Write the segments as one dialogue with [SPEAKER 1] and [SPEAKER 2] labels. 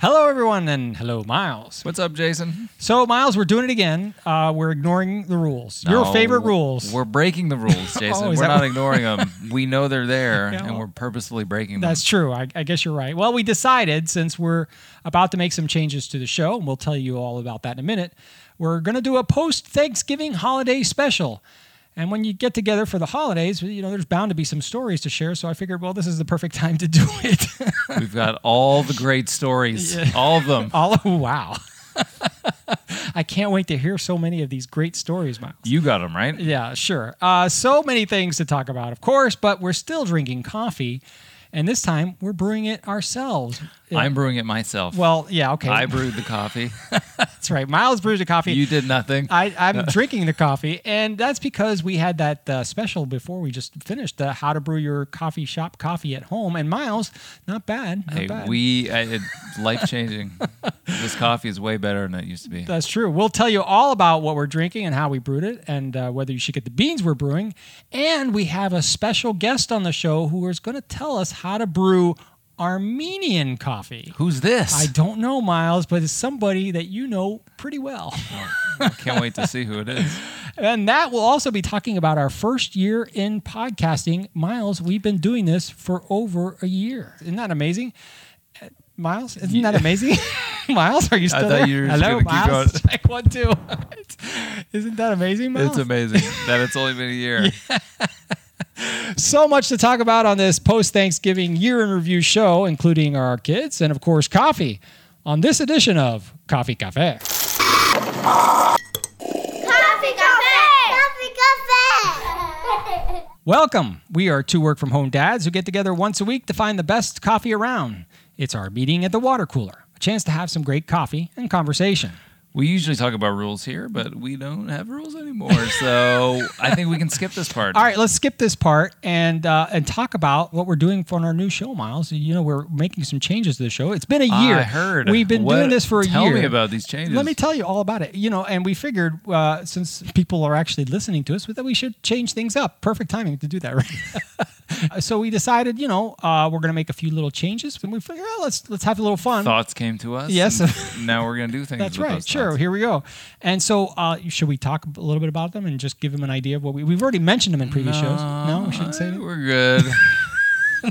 [SPEAKER 1] Hello, everyone, and hello, Miles.
[SPEAKER 2] What's up, Jason?
[SPEAKER 1] So, Miles, we're doing it again. Uh, we're ignoring the rules. Your
[SPEAKER 2] No,
[SPEAKER 1] favorite rules.
[SPEAKER 2] We're breaking the rules, Jason.
[SPEAKER 1] Oh, is
[SPEAKER 2] we're
[SPEAKER 1] that
[SPEAKER 2] not
[SPEAKER 1] what-
[SPEAKER 2] ignoring them. We know they're there,
[SPEAKER 1] Yeah,
[SPEAKER 2] and
[SPEAKER 1] well-
[SPEAKER 2] we're purposefully breaking them.
[SPEAKER 1] That's true. I, I guess you're right. Well, we decided since we're about to make some changes to the show, and we'll tell you all about that in a minute, we're going to do a post Thanksgiving holiday special. And when you get together for the holidays, you know, there's bound to be some stories to share. So I figured, well, this is the perfect time to do it.
[SPEAKER 2] We've got all the great stories, all of them.
[SPEAKER 1] all oh, wow. I can't wait to hear so many of these great stories, Miles.
[SPEAKER 2] You got them right.
[SPEAKER 1] Yeah, sure. Uh, so many things to talk about, of course, but we're still drinking coffee. And this time we're brewing it ourselves. Uh,
[SPEAKER 2] I'm brewing it myself.
[SPEAKER 1] Well, yeah, okay.
[SPEAKER 2] I brewed the coffee.
[SPEAKER 1] That's right. Miles brews the coffee.
[SPEAKER 2] You Uh. did nothing.
[SPEAKER 1] I, I'm drinking the coffee, and that's because we had that uh, special before we just finished the how to brew your coffee shop coffee at home. And Miles, not bad. Not
[SPEAKER 2] Hey,
[SPEAKER 1] bad.
[SPEAKER 2] we I, it, life changing. this coffee is way better than it used to be.
[SPEAKER 1] that's true. We'll tell you all about what we're drinking and how we brewed it, and uh, whether you should get the beans we're brewing. And we have a special guest on the show who is going to tell us how to brew Armenian coffee.
[SPEAKER 2] Who's this?
[SPEAKER 1] I don't know, Miles, but it's somebody that you know pretty well.
[SPEAKER 2] I can't wait to see who it is.
[SPEAKER 1] And that will also be talking about our first year in podcasting. Miles, we've been doing this for over a year. Isn't that amazing? Uh, Miles, isn't that amazing? Miles, are you still
[SPEAKER 2] thought
[SPEAKER 1] there?
[SPEAKER 2] you were just
[SPEAKER 1] Hello,
[SPEAKER 2] gonna keep
[SPEAKER 1] Miles. Check one, two. isn't that amazing, Miles?
[SPEAKER 2] It's amazing that it's only been a year.
[SPEAKER 1] so much to talk about on this post Thanksgiving year in review show, including our kids and, of course, coffee on this edition of Coffee Cafe.
[SPEAKER 3] Coffee Cafe! Coffee Cafe!
[SPEAKER 1] Welcome. We are two work from home dads who get together once a week to find the best coffee around. It's our meeting at the water cooler, a chance to have some great coffee and conversation.
[SPEAKER 2] We usually talk about rules here, but we don't have rules anymore. So I think we can skip this part.
[SPEAKER 1] All right, let's skip this part and uh, and talk about what we're doing for our new show, Miles. You know, we're making some changes to the show. It's been a year.
[SPEAKER 2] I heard.
[SPEAKER 1] We've been
[SPEAKER 2] What-
[SPEAKER 1] doing this for a
[SPEAKER 2] tell
[SPEAKER 1] year.
[SPEAKER 2] me about these changes.
[SPEAKER 1] Let me tell you all about it. You know, and we figured uh, since people are actually listening to us, that we should change things up. Perfect timing to do that, right? so we decided, you know, uh, we're going to make a few little changes, and we figured, oh, let's let's have a little fun.
[SPEAKER 2] thoughts came to us.
[SPEAKER 1] Yes.
[SPEAKER 2] and now we're gonna do things.
[SPEAKER 1] That's
[SPEAKER 2] with
[SPEAKER 1] right.
[SPEAKER 2] those
[SPEAKER 1] Sure.
[SPEAKER 2] thoughts.
[SPEAKER 1] Here we go. And so, uh, should we talk a little bit about them and just give them an idea of what we, we've already mentioned them in previous shows? No, we shouldn't say
[SPEAKER 2] Uh,
[SPEAKER 1] that.
[SPEAKER 2] We're good.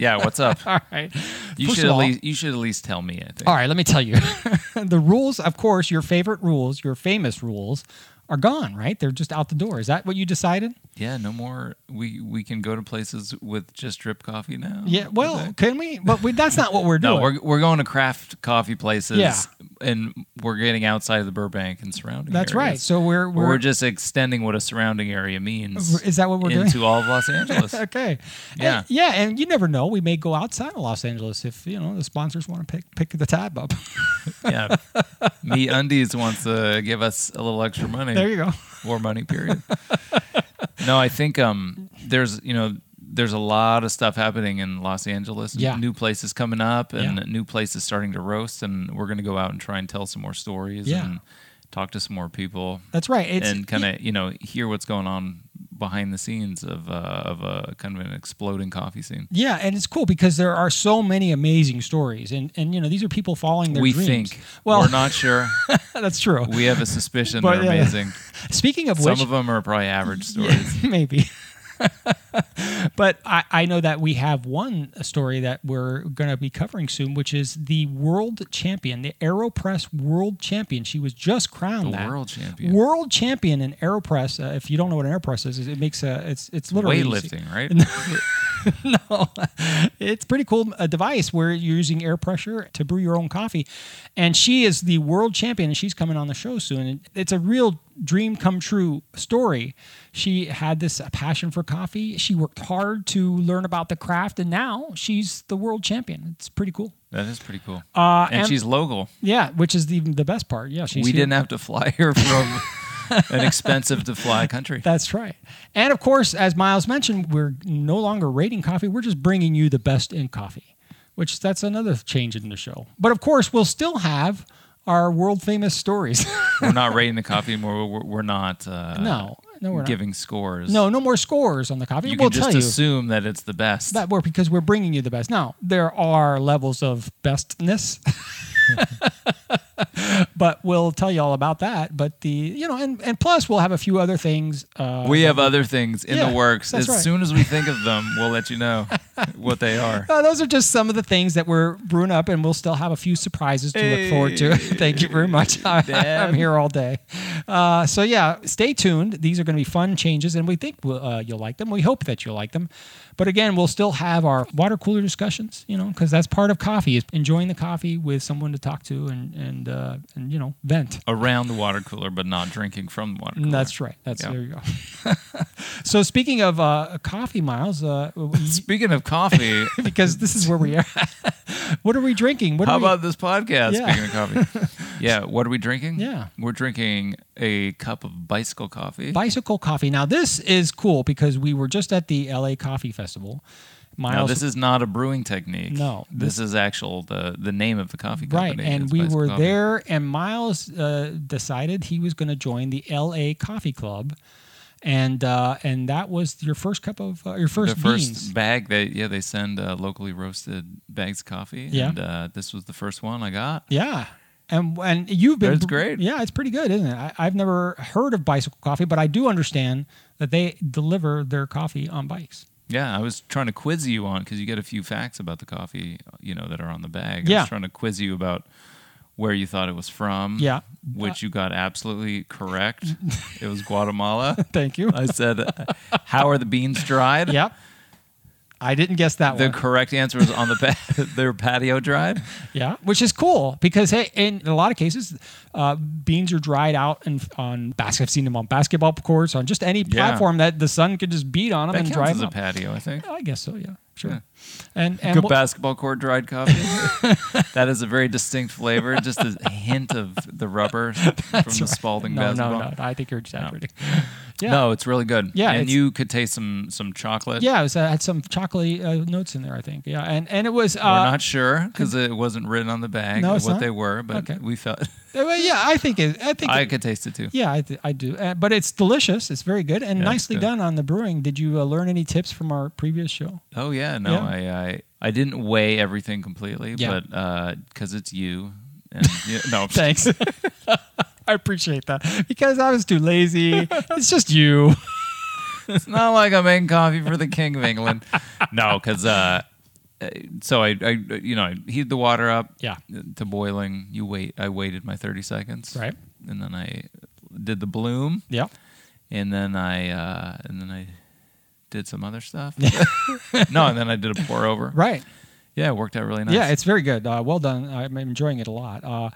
[SPEAKER 2] yeah. What's up?
[SPEAKER 1] All right.
[SPEAKER 2] You
[SPEAKER 1] First
[SPEAKER 2] should
[SPEAKER 1] of
[SPEAKER 2] at
[SPEAKER 1] all-
[SPEAKER 2] least you should at least tell me. I think.
[SPEAKER 1] All right, let me tell you. the rules, of course, your favorite rules, your famous rules, are gone, right? They're just out the door. Is that what you decided?
[SPEAKER 2] Yeah. No more. We we can go to places with just drip coffee now.
[SPEAKER 1] Yeah.
[SPEAKER 2] I
[SPEAKER 1] Well,
[SPEAKER 2] think.
[SPEAKER 1] can we? But we, that's not what we're doing.
[SPEAKER 2] No, we're, we're going to craft coffee places,
[SPEAKER 1] Yeah.
[SPEAKER 2] and we're getting outside of the Burbank and surrounding.
[SPEAKER 1] that's right.
[SPEAKER 2] areas.
[SPEAKER 1] So we're
[SPEAKER 2] we're,
[SPEAKER 1] we're,
[SPEAKER 2] just extending what a surrounding area means.
[SPEAKER 1] Is that what we're doing?
[SPEAKER 2] into all of Los Angeles?
[SPEAKER 1] okay.
[SPEAKER 2] Yeah.
[SPEAKER 1] And- yeah, and you never know. We may go outside of Los Angeles if you know the sponsors want to pick pick the tab up.
[SPEAKER 2] yeah. Me Undies wants to give us a little extra money.
[SPEAKER 1] there you go.
[SPEAKER 2] More money, period. no, I think um, there's you know there's a lot of stuff happening in Los Angeles.
[SPEAKER 1] Yeah.
[SPEAKER 2] New places coming up and
[SPEAKER 1] Yeah.
[SPEAKER 2] new places starting to roast, and we're gonna go out and try and tell some more stories
[SPEAKER 1] Yeah.
[SPEAKER 2] and talk to some more people.
[SPEAKER 1] That's right. It's,
[SPEAKER 2] and kind of you know hear what's going on behind the scenes of uh, of a kind of an exploding coffee scene.
[SPEAKER 1] Yeah, and it's cool because there are so many amazing stories, and and you know these are people following their
[SPEAKER 2] we
[SPEAKER 1] dreams.
[SPEAKER 2] think
[SPEAKER 1] Well,
[SPEAKER 2] we're not sure.
[SPEAKER 1] that's true.
[SPEAKER 2] We have a suspicion
[SPEAKER 1] But,
[SPEAKER 2] they're
[SPEAKER 1] yeah.
[SPEAKER 2] amazing.
[SPEAKER 1] Speaking of
[SPEAKER 2] Some
[SPEAKER 1] which,
[SPEAKER 2] of them are probably average stories.
[SPEAKER 1] Yeah, maybe. but I, I know that we have one story that we're going to be covering soon, which is the world champion, the AeroPress world champion. She was just crowned
[SPEAKER 2] The
[SPEAKER 1] that.
[SPEAKER 2] world champion.
[SPEAKER 1] World champion in AeroPress. Uh, if you don't know what an AeroPress is, it makes a it's it's literally
[SPEAKER 2] Weightlifting, right?
[SPEAKER 1] no, it's pretty cool a device where you're using air pressure to brew your own coffee. And she is the world champion, and she's coming on the show soon. And it's a real dream come true story. She had this passion for coffee. She worked hard to learn about the craft, and now she's the world champion. It's pretty cool.
[SPEAKER 2] That is pretty cool.
[SPEAKER 1] Uh,
[SPEAKER 2] and, she's local.
[SPEAKER 1] yeah, which is even the best part. Yeah, she's
[SPEAKER 2] we
[SPEAKER 1] here.
[SPEAKER 2] didn't have to fly her from an expensive to fly country.
[SPEAKER 1] That's right. And of course, as Miles mentioned, we're no longer rating coffee. We're just bringing you the best in coffee, which that's another change in the show. But of course, we'll still have our world famous stories.
[SPEAKER 2] we're not rating the coffee anymore. We're, we're not. Uh,
[SPEAKER 1] no, no, we're not.
[SPEAKER 2] giving scores.
[SPEAKER 1] no, no more scores on the coffee.
[SPEAKER 2] you
[SPEAKER 1] we'll
[SPEAKER 2] can just
[SPEAKER 1] tell you
[SPEAKER 2] assume that it's the best.
[SPEAKER 1] that we're because we're bringing you the best. Now there are levels of bestness. but we'll tell you all about that. But the you know, and and plus we'll have a few other things. Uh,
[SPEAKER 2] We have other things in
[SPEAKER 1] Yeah,
[SPEAKER 2] the works.
[SPEAKER 1] that's
[SPEAKER 2] As
[SPEAKER 1] right.
[SPEAKER 2] soon as we think of them, we'll let you know what they are.
[SPEAKER 1] uh, those are just some of the things that we're brewing up, and we'll still have a few surprises to look forward to. Thank you very much. I, am here all day. Uh, so, yeah, stay tuned. These are going to be fun changes, and we think we'll, uh, you'll like them. We hope that you'll like them. But again, we'll still have our water cooler discussions, you know, because that's part of coffee is enjoying the coffee with someone to talk to and, and, uh, and you know, vent.
[SPEAKER 2] Around the water cooler, but not drinking from the water cooler.
[SPEAKER 1] That's right. That's
[SPEAKER 2] Yeah.
[SPEAKER 1] there you go. so speaking of uh, coffee, Miles, uh,
[SPEAKER 2] Speaking of coffee,
[SPEAKER 1] because this is where we are. what are we drinking? What
[SPEAKER 2] how
[SPEAKER 1] are we-
[SPEAKER 2] about this podcast?
[SPEAKER 1] Yeah.
[SPEAKER 2] Speaking of coffee. yeah, what are we drinking?
[SPEAKER 1] Yeah.
[SPEAKER 2] We're drinking a cup of bicycle coffee.
[SPEAKER 1] bicycle coffee. Now this is cool because we were just at the LA Coffee Festival. Miles,
[SPEAKER 2] Now, this is not a brewing technique.
[SPEAKER 1] No.
[SPEAKER 2] This, is actual the the name of the coffee
[SPEAKER 1] right,
[SPEAKER 2] company.
[SPEAKER 1] and
[SPEAKER 2] is
[SPEAKER 1] we
[SPEAKER 2] Bicycle
[SPEAKER 1] were
[SPEAKER 2] Coffee.
[SPEAKER 1] there, and Miles uh, decided he was going to join the LA Coffee Club, and uh, and that was your first cup of uh, your first,
[SPEAKER 2] the first
[SPEAKER 1] beans.
[SPEAKER 2] bag they yeah they send uh, locally roasted bags of coffee
[SPEAKER 1] Yeah.
[SPEAKER 2] and uh, this was the first one I got
[SPEAKER 1] Yeah. And, and you've been
[SPEAKER 2] That's great.
[SPEAKER 1] Yeah, it's pretty good, isn't it? I, I've never heard of bicycle coffee, but I do understand that they deliver their coffee on bikes.
[SPEAKER 2] yeah I was trying to quiz you on because you get a few facts about the coffee you know that are on the bag I
[SPEAKER 1] Yeah.
[SPEAKER 2] was trying to quiz you about where you thought it was from
[SPEAKER 1] Yeah.
[SPEAKER 2] which you got absolutely correct it was Guatemala
[SPEAKER 1] Thank you.
[SPEAKER 2] I said how are the beans dried
[SPEAKER 1] yep. I didn't guess that
[SPEAKER 2] the
[SPEAKER 1] one.
[SPEAKER 2] correct answer was on the pa- their patio dried
[SPEAKER 1] Yeah, which is cool because hey, in a lot of cases, uh, beans are dried out and on basket. I've seen them on basketball courts, on just any
[SPEAKER 2] Yeah.
[SPEAKER 1] platform that the sun could just beat on them
[SPEAKER 2] that
[SPEAKER 1] and
[SPEAKER 2] counts
[SPEAKER 1] dry
[SPEAKER 2] as
[SPEAKER 1] them
[SPEAKER 2] a
[SPEAKER 1] up.
[SPEAKER 2] patio I think
[SPEAKER 1] I guess so. Yeah, sure.
[SPEAKER 2] Yeah.
[SPEAKER 1] And and
[SPEAKER 2] Good
[SPEAKER 1] we'll-
[SPEAKER 2] basketball court dried coffee. that is a very distinct flavor, just a hint of the rubber from the Spalding
[SPEAKER 1] no, no,
[SPEAKER 2] basketball.
[SPEAKER 1] no, I think you're exaggerating. Yeah,
[SPEAKER 2] No, it's really good.
[SPEAKER 1] Yeah,
[SPEAKER 2] and
[SPEAKER 1] it's-
[SPEAKER 2] you could taste some some chocolate.
[SPEAKER 1] yeah, it was, uh, had some chocolatey uh, notes in there, I think. Yeah, and and it was. Uh,
[SPEAKER 2] we're not sure because it wasn't written on the bag
[SPEAKER 1] No,
[SPEAKER 2] of
[SPEAKER 1] it's
[SPEAKER 2] what
[SPEAKER 1] not?
[SPEAKER 2] they were, but
[SPEAKER 1] Okay.
[SPEAKER 2] we felt
[SPEAKER 1] uh, well, yeah, I think it. I think.
[SPEAKER 2] I
[SPEAKER 1] it-
[SPEAKER 2] could taste it too.
[SPEAKER 1] yeah, I, th- I do, uh, but it's delicious. It's very good and
[SPEAKER 2] Yeah, it's
[SPEAKER 1] nicely
[SPEAKER 2] good.
[SPEAKER 1] done on the brewing. Did you uh, learn any tips from our previous show?
[SPEAKER 2] Oh yeah, no,
[SPEAKER 1] Yeah.
[SPEAKER 2] I, I I didn't weigh everything completely,
[SPEAKER 1] Yeah.
[SPEAKER 2] but because it's you. And, yeah, no, I'm just-
[SPEAKER 1] Thanks. I appreciate that because I was too lazy. It's just you.
[SPEAKER 2] it's not like I'm making coffee for the King of England. No, because uh, uh, so I, I, you know, I heat the water up,
[SPEAKER 1] Yeah.
[SPEAKER 2] to boiling. You wait. I waited my 30 seconds,
[SPEAKER 1] Right.
[SPEAKER 2] and then I did the bloom,
[SPEAKER 1] Yeah.
[SPEAKER 2] and then I, uh, and then I did some other stuff. no, and then I did a pour over.
[SPEAKER 1] Right.
[SPEAKER 2] Yeah, it worked out really nice.
[SPEAKER 1] Yeah, it's very good. Uh, well done. I'm enjoying it a lot. Uh,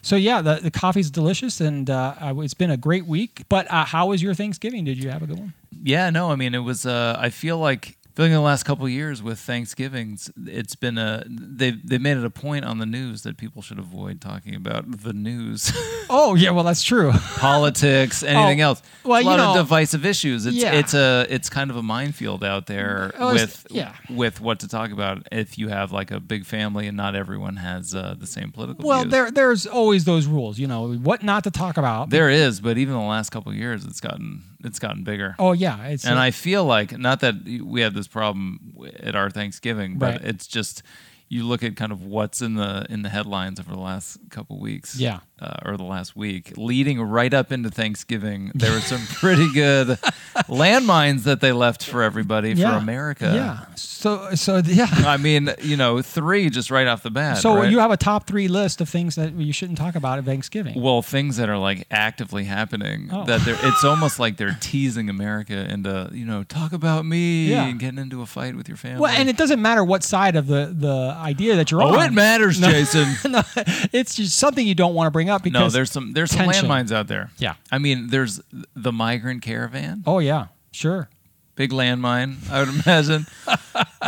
[SPEAKER 1] so yeah, the, the coffee's delicious, and uh, I- it's been a great week. But uh, how was your Thanksgiving? Did you have a good one?
[SPEAKER 2] Yeah, no, I mean it was. Uh, I feel like feeling the last couple of years with Thanksgivings, it's been a they they made it a point on the news that people should avoid talking about the news,
[SPEAKER 1] Oh yeah, well that's true.
[SPEAKER 2] politics, anything
[SPEAKER 1] Oh,
[SPEAKER 2] else.
[SPEAKER 1] well,
[SPEAKER 2] It's a lot
[SPEAKER 1] you know-
[SPEAKER 2] of divisive issues. It's
[SPEAKER 1] Yeah.
[SPEAKER 2] it's a it's kind of a minefield out there
[SPEAKER 1] Oh, it's-
[SPEAKER 2] with
[SPEAKER 1] yeah.
[SPEAKER 2] with what to talk about if you have like a big family and not everyone has uh, the same political.
[SPEAKER 1] well,
[SPEAKER 2] views.
[SPEAKER 1] there there's always those rules, you know, what not to talk about.
[SPEAKER 2] there is, but even the last couple of years, it's gotten it's gotten bigger.
[SPEAKER 1] oh yeah, it's
[SPEAKER 2] and I feel like not that we had this problem at our Thanksgiving, but
[SPEAKER 1] Right.
[SPEAKER 2] it's just you look at kind of what's in the in the headlines over the last couple weeks,
[SPEAKER 1] Yeah.
[SPEAKER 2] uh, or the last week, leading right up into Thanksgiving. There were some pretty good landmines that they left for everybody
[SPEAKER 1] yeah,
[SPEAKER 2] for America.
[SPEAKER 1] Yeah. So so yeah.
[SPEAKER 2] I mean, you know, three just right off the bat.
[SPEAKER 1] So
[SPEAKER 2] right?
[SPEAKER 1] you have a top three list of things that you shouldn't talk about at Thanksgiving.
[SPEAKER 2] Well, things that are like actively happening
[SPEAKER 1] Oh.
[SPEAKER 2] that they're it's almost like they're teasing America into, you know, talk about me
[SPEAKER 1] Yeah.
[SPEAKER 2] and getting into a fight with your family.
[SPEAKER 1] Well, and it doesn't matter what side of the the idea that you're
[SPEAKER 2] Oh,
[SPEAKER 1] on.
[SPEAKER 2] it matters, Jason.
[SPEAKER 1] No, it's just something you don't want to bring up
[SPEAKER 2] no,
[SPEAKER 1] because
[SPEAKER 2] there's some there's
[SPEAKER 1] tension.
[SPEAKER 2] some landmines out there.
[SPEAKER 1] Yeah.
[SPEAKER 2] I mean, there's the migrant caravan,
[SPEAKER 1] Oh yeah, sure.
[SPEAKER 2] big landmine. I would imagine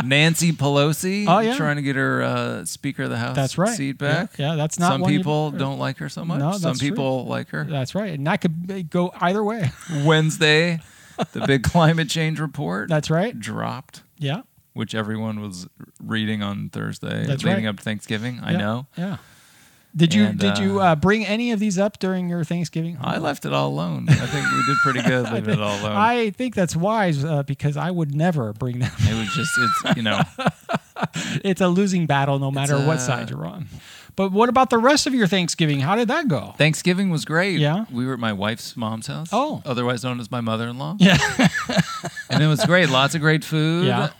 [SPEAKER 2] Nancy Pelosi.
[SPEAKER 1] Oh, yeah.
[SPEAKER 2] trying to get her uh, Speaker of the House.
[SPEAKER 1] That's right.
[SPEAKER 2] Seat back.
[SPEAKER 1] Yeah, yeah, that's not
[SPEAKER 2] Some
[SPEAKER 1] one you-
[SPEAKER 2] people don't like her so much.
[SPEAKER 1] No,
[SPEAKER 2] some
[SPEAKER 1] that's true.
[SPEAKER 2] people like her.
[SPEAKER 1] That's right, and that could be- go either way.
[SPEAKER 2] Wednesday, the big climate change report.
[SPEAKER 1] That's right.
[SPEAKER 2] dropped.
[SPEAKER 1] Yeah,
[SPEAKER 2] Which everyone was reading on Thursday,
[SPEAKER 1] That's
[SPEAKER 2] leading
[SPEAKER 1] right.
[SPEAKER 2] up to Thanksgiving. I
[SPEAKER 1] yeah,
[SPEAKER 2] know.
[SPEAKER 1] Yeah. Did you
[SPEAKER 2] And,
[SPEAKER 1] did you
[SPEAKER 2] uh,
[SPEAKER 1] uh, bring any of these up during your Thanksgiving?
[SPEAKER 2] I uh, left it all alone. I think we did pretty good leaving it all alone.
[SPEAKER 1] Mm-hmm. I think that's wise uh, because I would never bring them.
[SPEAKER 2] it was just, it's, you know,
[SPEAKER 1] it's a losing battle no matter what
[SPEAKER 2] a-
[SPEAKER 1] side you're on. But what about the rest of your Thanksgiving? How did that go?
[SPEAKER 2] Thanksgiving was great.
[SPEAKER 1] Yeah?
[SPEAKER 2] We were at my wife's mom's house.
[SPEAKER 1] Oh.
[SPEAKER 2] Otherwise known as my mother in law.
[SPEAKER 1] Yeah.
[SPEAKER 2] and it was great. Lots of great food.
[SPEAKER 1] Yeah.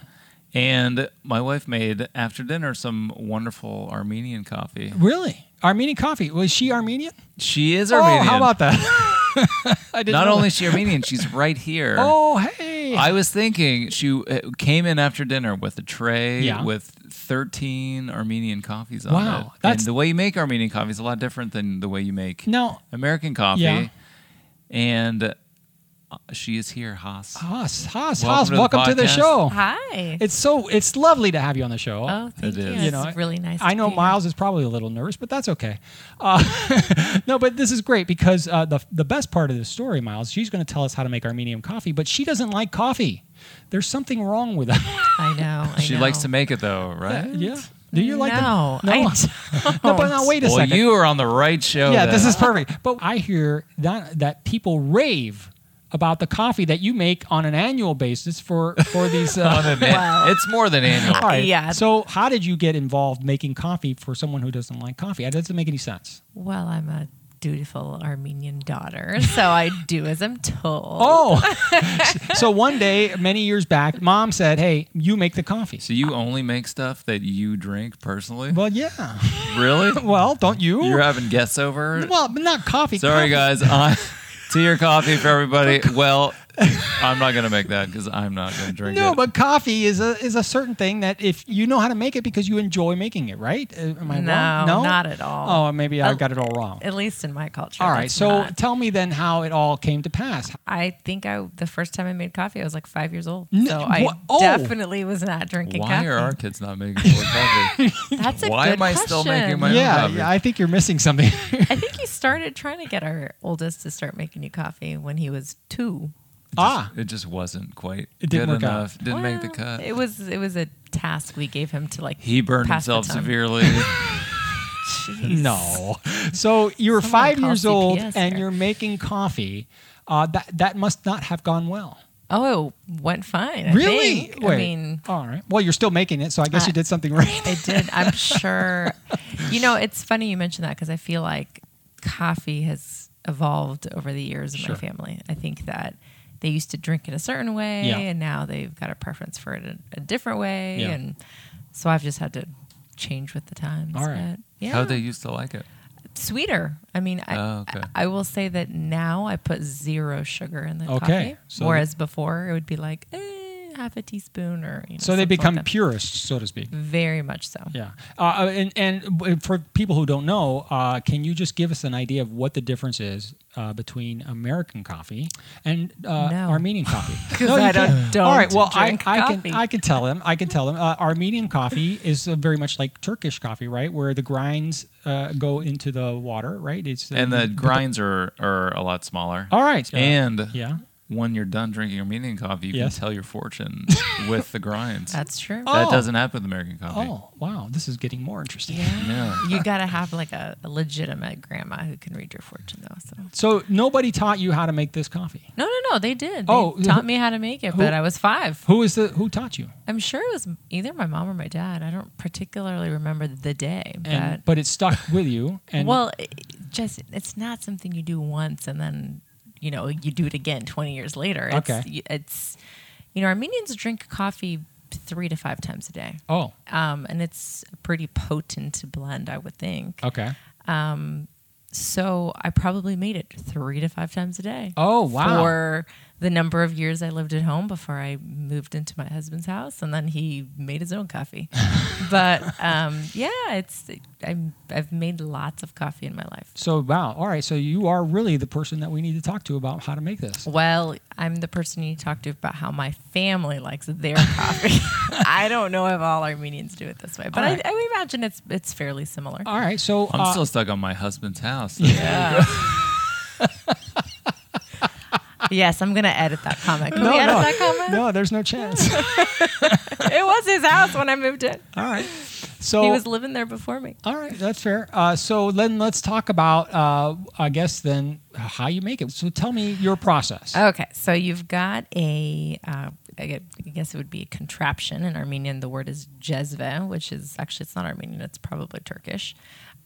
[SPEAKER 2] And my wife made after dinner some wonderful Armenian coffee.
[SPEAKER 1] Really? Armenian coffee. Was she Armenian?
[SPEAKER 2] She is Armenian.
[SPEAKER 1] Oh, how about that? I didn't
[SPEAKER 2] Not
[SPEAKER 1] know
[SPEAKER 2] only
[SPEAKER 1] that.
[SPEAKER 2] is she Armenian, she's right here.
[SPEAKER 1] Oh, hey.
[SPEAKER 2] I was thinking she uh, came in after dinner with a tray
[SPEAKER 1] Yeah.
[SPEAKER 2] with 13 Armenian coffees on
[SPEAKER 1] Wow,
[SPEAKER 2] it.
[SPEAKER 1] that's-
[SPEAKER 2] and the way you make Armenian coffee is a lot different than the way you make
[SPEAKER 1] no.
[SPEAKER 2] American coffee.
[SPEAKER 1] Yeah.
[SPEAKER 2] And uh, she is here, Haas.
[SPEAKER 1] Haas, Haas,
[SPEAKER 2] Welcome
[SPEAKER 1] Haas,
[SPEAKER 2] to the
[SPEAKER 1] welcome to the
[SPEAKER 2] podcast.
[SPEAKER 1] show.
[SPEAKER 4] Hi.
[SPEAKER 1] Oh. It's so it's lovely to have you on the show.
[SPEAKER 4] oh, thank
[SPEAKER 2] It
[SPEAKER 4] you.
[SPEAKER 2] is.
[SPEAKER 4] It's
[SPEAKER 2] You
[SPEAKER 1] know,
[SPEAKER 4] really nice.
[SPEAKER 1] I
[SPEAKER 4] to
[SPEAKER 1] know
[SPEAKER 4] be here.
[SPEAKER 1] Miles is probably a little nervous, but that's okay. Uh, no, but this is great because uh, the the best part of the story, Miles, she's going to tell us how to make Armenian coffee, but she doesn't like coffee. There's something wrong with that.
[SPEAKER 4] I know. I
[SPEAKER 2] She
[SPEAKER 4] know.
[SPEAKER 2] likes to make it though, right?
[SPEAKER 1] yeah. Do you like
[SPEAKER 4] No,
[SPEAKER 1] the,
[SPEAKER 4] I
[SPEAKER 1] no? no, but now
[SPEAKER 4] don't.
[SPEAKER 1] wait a
[SPEAKER 2] Well,
[SPEAKER 1] second.
[SPEAKER 2] you are on the right show.
[SPEAKER 1] yeah,
[SPEAKER 2] then.
[SPEAKER 1] this is perfect. But I hear that that people rave about the coffee that you make on an annual basis for for these.
[SPEAKER 2] On
[SPEAKER 1] Uh,
[SPEAKER 2] an- It's more than annual.
[SPEAKER 1] all right.
[SPEAKER 4] Yeah.
[SPEAKER 1] So how did you get involved making coffee for someone who doesn't like coffee? That doesn't make any sense.
[SPEAKER 4] Well, I'm a dutiful Armenian daughter, so I do as I'm told.
[SPEAKER 1] Oh. so one day, many years back, mom said, "Hey, you make the coffee."
[SPEAKER 2] So you only make stuff that you drink personally?
[SPEAKER 1] Well, yeah.
[SPEAKER 2] really?
[SPEAKER 1] Well, don't you?
[SPEAKER 2] You're having guests over?
[SPEAKER 1] well, but not coffee. coffee.
[SPEAKER 2] Sorry, guys. I, to your coffee for everybody. Well, I'm not gonna make that because I'm not gonna drink
[SPEAKER 1] No,
[SPEAKER 2] it.
[SPEAKER 1] but coffee is a is a certain thing that if you know how to make it because you enjoy making it, right? Uh, Am I
[SPEAKER 4] No,
[SPEAKER 1] wrong?
[SPEAKER 4] not at all.
[SPEAKER 1] Oh, maybe I
[SPEAKER 4] Oh.
[SPEAKER 1] got it all wrong.
[SPEAKER 4] At least in my culture.
[SPEAKER 1] All right,
[SPEAKER 4] it's
[SPEAKER 1] so
[SPEAKER 4] not.
[SPEAKER 1] tell me then how it all came to pass.
[SPEAKER 4] I think I the first time I made coffee, I was like five years old.
[SPEAKER 1] N-
[SPEAKER 4] So I
[SPEAKER 1] wha- oh.
[SPEAKER 4] definitely was not drinking
[SPEAKER 2] why
[SPEAKER 4] coffee.
[SPEAKER 2] are our kids not making more coffee?
[SPEAKER 4] That's a
[SPEAKER 2] why
[SPEAKER 4] good
[SPEAKER 2] am I still
[SPEAKER 4] question.
[SPEAKER 2] making my- own
[SPEAKER 1] Yeah,
[SPEAKER 2] coffee.
[SPEAKER 1] yeah, I think you're missing something.
[SPEAKER 4] I think he started trying to get our oldest to start making you coffee when he was two.
[SPEAKER 1] ah,
[SPEAKER 2] it just wasn't quite
[SPEAKER 1] It didn't
[SPEAKER 2] good
[SPEAKER 1] work out.
[SPEAKER 2] enough. Didn't make the
[SPEAKER 4] Well,
[SPEAKER 2] cut.
[SPEAKER 4] It was it was a task we gave him to like.
[SPEAKER 2] he burned
[SPEAKER 4] pass the
[SPEAKER 2] himself
[SPEAKER 4] time.
[SPEAKER 2] severely.
[SPEAKER 4] Jeez.
[SPEAKER 1] no. So you were
[SPEAKER 4] Someone
[SPEAKER 1] five
[SPEAKER 4] call
[SPEAKER 1] years old
[SPEAKER 4] CPS
[SPEAKER 1] and
[SPEAKER 4] here.
[SPEAKER 1] you're making coffee. Uh, that that must not have gone well.
[SPEAKER 4] Oh, it went fine. I
[SPEAKER 1] really?
[SPEAKER 4] think.
[SPEAKER 1] Wait.
[SPEAKER 4] I mean,
[SPEAKER 1] all right. Well, you're still making it, so I guess
[SPEAKER 4] I-
[SPEAKER 1] you did something right.
[SPEAKER 4] it did. I'm sure. You know, it's funny you mentioned that because I feel like coffee has evolved over the years in
[SPEAKER 1] Sure.
[SPEAKER 4] my family. I think that they used to drink it a certain way,
[SPEAKER 1] Yeah.
[SPEAKER 4] and now they've got a preference for it a, a different way,
[SPEAKER 1] Yeah.
[SPEAKER 4] and so I've just had to change with the times.
[SPEAKER 1] All right.
[SPEAKER 4] but yeah.
[SPEAKER 2] How they used to like it.
[SPEAKER 4] sweeter. I mean, I,
[SPEAKER 2] Oh, okay.
[SPEAKER 4] I I will say that now I put zero sugar in the
[SPEAKER 1] Okay,
[SPEAKER 4] coffee,
[SPEAKER 1] so-
[SPEAKER 4] whereas before it would be like eh, half a teaspoon or. You know,
[SPEAKER 1] So they
[SPEAKER 4] something like
[SPEAKER 1] become
[SPEAKER 4] that.
[SPEAKER 1] purists, so to speak.
[SPEAKER 4] Very much so.
[SPEAKER 1] Yeah. Uh, and, and w- for people who don't know, uh, can you just give us an idea of what the difference is uh, between American coffee and uh,
[SPEAKER 4] No.
[SPEAKER 1] Armenian coffee?
[SPEAKER 4] 'Cause I don't- don't
[SPEAKER 1] All right. Well,
[SPEAKER 4] drink
[SPEAKER 1] I, I
[SPEAKER 4] coffee.
[SPEAKER 1] can I can tell them. I can tell them. Uh, Armenian coffee is uh, very much like Turkish coffee, right? Where the grinds uh, go into the water, right? It's uh,
[SPEAKER 2] And the grinds are, are a lot smaller.
[SPEAKER 1] All right. uh,
[SPEAKER 2] And
[SPEAKER 1] yeah.
[SPEAKER 2] when you're done drinking Armenian coffee, you
[SPEAKER 1] Yes.
[SPEAKER 2] can tell your fortune with the grinds.
[SPEAKER 4] That's true.
[SPEAKER 1] Oh.
[SPEAKER 2] That doesn't happen with American coffee.
[SPEAKER 1] Oh wow, this is getting more interesting.
[SPEAKER 2] Yeah.
[SPEAKER 4] You gotta have like a, a legitimate grandma who can read your fortune, though. So
[SPEAKER 1] So nobody taught you how to make this coffee.
[SPEAKER 4] no, no, no, they did. They
[SPEAKER 1] Oh,
[SPEAKER 4] taught
[SPEAKER 1] who-
[SPEAKER 4] me how to make it, but I was five.
[SPEAKER 1] Who is the who taught you?
[SPEAKER 4] I'm sure it was either my mom or my dad. I don't particularly remember the day, but
[SPEAKER 1] And, but it stuck with you. And
[SPEAKER 4] well, it, just it's not something you do once and then you know you do it again twenty years later. It's,
[SPEAKER 1] Okay.
[SPEAKER 4] y- it's you know Armenians drink coffee three to five times a day,
[SPEAKER 1] oh,
[SPEAKER 4] um, and it's a pretty potent blend, I would think.
[SPEAKER 1] okay.
[SPEAKER 4] So I probably made it three to five times a day.
[SPEAKER 1] Oh, wow.
[SPEAKER 4] For the number of years I lived at home before I moved into my husband's house, and then he made his own coffee. but um, yeah, it's I'm, I've made lots of coffee in my life.
[SPEAKER 1] So wow, all right. So you are really the person that we need to talk to about how to make this.
[SPEAKER 4] Well, I'm the person you talk to about how my family likes their coffee. I don't know if all Armenians do it this way, but
[SPEAKER 1] All right.
[SPEAKER 4] I, I would imagine it's it's fairly similar.
[SPEAKER 1] All right. So
[SPEAKER 2] I'm
[SPEAKER 1] uh,
[SPEAKER 2] still stuck on my husband's house.
[SPEAKER 4] yes, I'm gonna edit that comment. Can
[SPEAKER 1] no,
[SPEAKER 4] we edit
[SPEAKER 1] no,
[SPEAKER 4] that comment?
[SPEAKER 1] no, there's no chance.
[SPEAKER 4] It was his house when I moved in.
[SPEAKER 1] all right. So
[SPEAKER 4] He was living there before me.
[SPEAKER 1] all right, that's fair. Uh, so then let's talk about, uh, I guess, then how you make it. So tell me your process.
[SPEAKER 4] Okay, so you've got a, uh, I gue- I guess it would be a contraption in Armenian. The word is jezve, which is actually it's not Armenian; it's probably Turkish.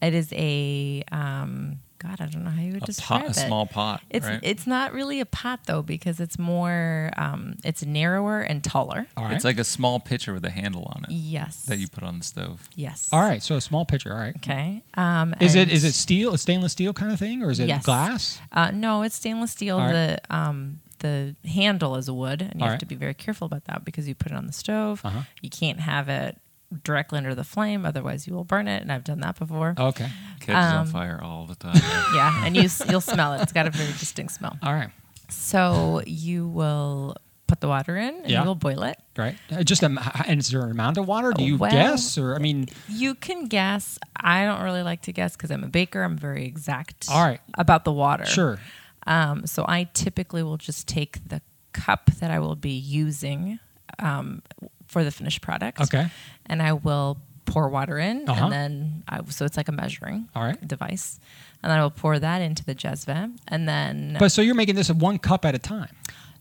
[SPEAKER 4] It is a um, God, I don't know how you would
[SPEAKER 2] A
[SPEAKER 4] describe
[SPEAKER 2] pot, a
[SPEAKER 4] it.
[SPEAKER 2] small pot.
[SPEAKER 4] It's
[SPEAKER 2] right?
[SPEAKER 4] it's not really a pot though because it's more um, it's narrower and taller.
[SPEAKER 1] All right.
[SPEAKER 2] It's like a small pitcher with a handle on it
[SPEAKER 4] Yes.
[SPEAKER 2] that you put on the stove.
[SPEAKER 4] yes.
[SPEAKER 1] all right. So a small pitcher. All right.
[SPEAKER 4] Okay. Um,
[SPEAKER 1] Is it
[SPEAKER 4] and-
[SPEAKER 1] is it steel, a stainless steel kind of thing, or is it
[SPEAKER 4] Yes.
[SPEAKER 1] glass?
[SPEAKER 4] Uh, no, it's stainless steel.
[SPEAKER 1] All right.
[SPEAKER 4] The um, the handle is wood, and you
[SPEAKER 1] All
[SPEAKER 4] have
[SPEAKER 1] right.
[SPEAKER 4] to be very careful about that because you put it on the stove.
[SPEAKER 1] Uh-huh.
[SPEAKER 4] You can't have it directly under the flame, otherwise you will burn it. And I've done that before.
[SPEAKER 1] Okay.
[SPEAKER 2] Catches on
[SPEAKER 4] Um,
[SPEAKER 2] fire all the time.
[SPEAKER 4] Yeah, and you s- you'll smell it. It's got a very distinct smell.
[SPEAKER 1] All right.
[SPEAKER 4] So you will put the water in, and
[SPEAKER 1] Yeah.
[SPEAKER 4] you will boil it.
[SPEAKER 1] Right. Uh, Just a, m- and is there an amount of water? Do you
[SPEAKER 4] Uh, Well-
[SPEAKER 1] guess, or I mean,
[SPEAKER 4] You can guess. I don't really like to guess because I'm a baker. I'm very exact.
[SPEAKER 1] All right.
[SPEAKER 4] About the water.
[SPEAKER 1] sure.
[SPEAKER 4] Um, so I typically will just take the cup that I will be using um, for the finished product.
[SPEAKER 1] Okay.
[SPEAKER 4] And I will pour water in,
[SPEAKER 1] Uh-huh.
[SPEAKER 4] and then I, so it's like a measuring
[SPEAKER 1] All right.
[SPEAKER 4] device, and I will pour that into the jezve, and then
[SPEAKER 1] But so you're making this one cup at a time.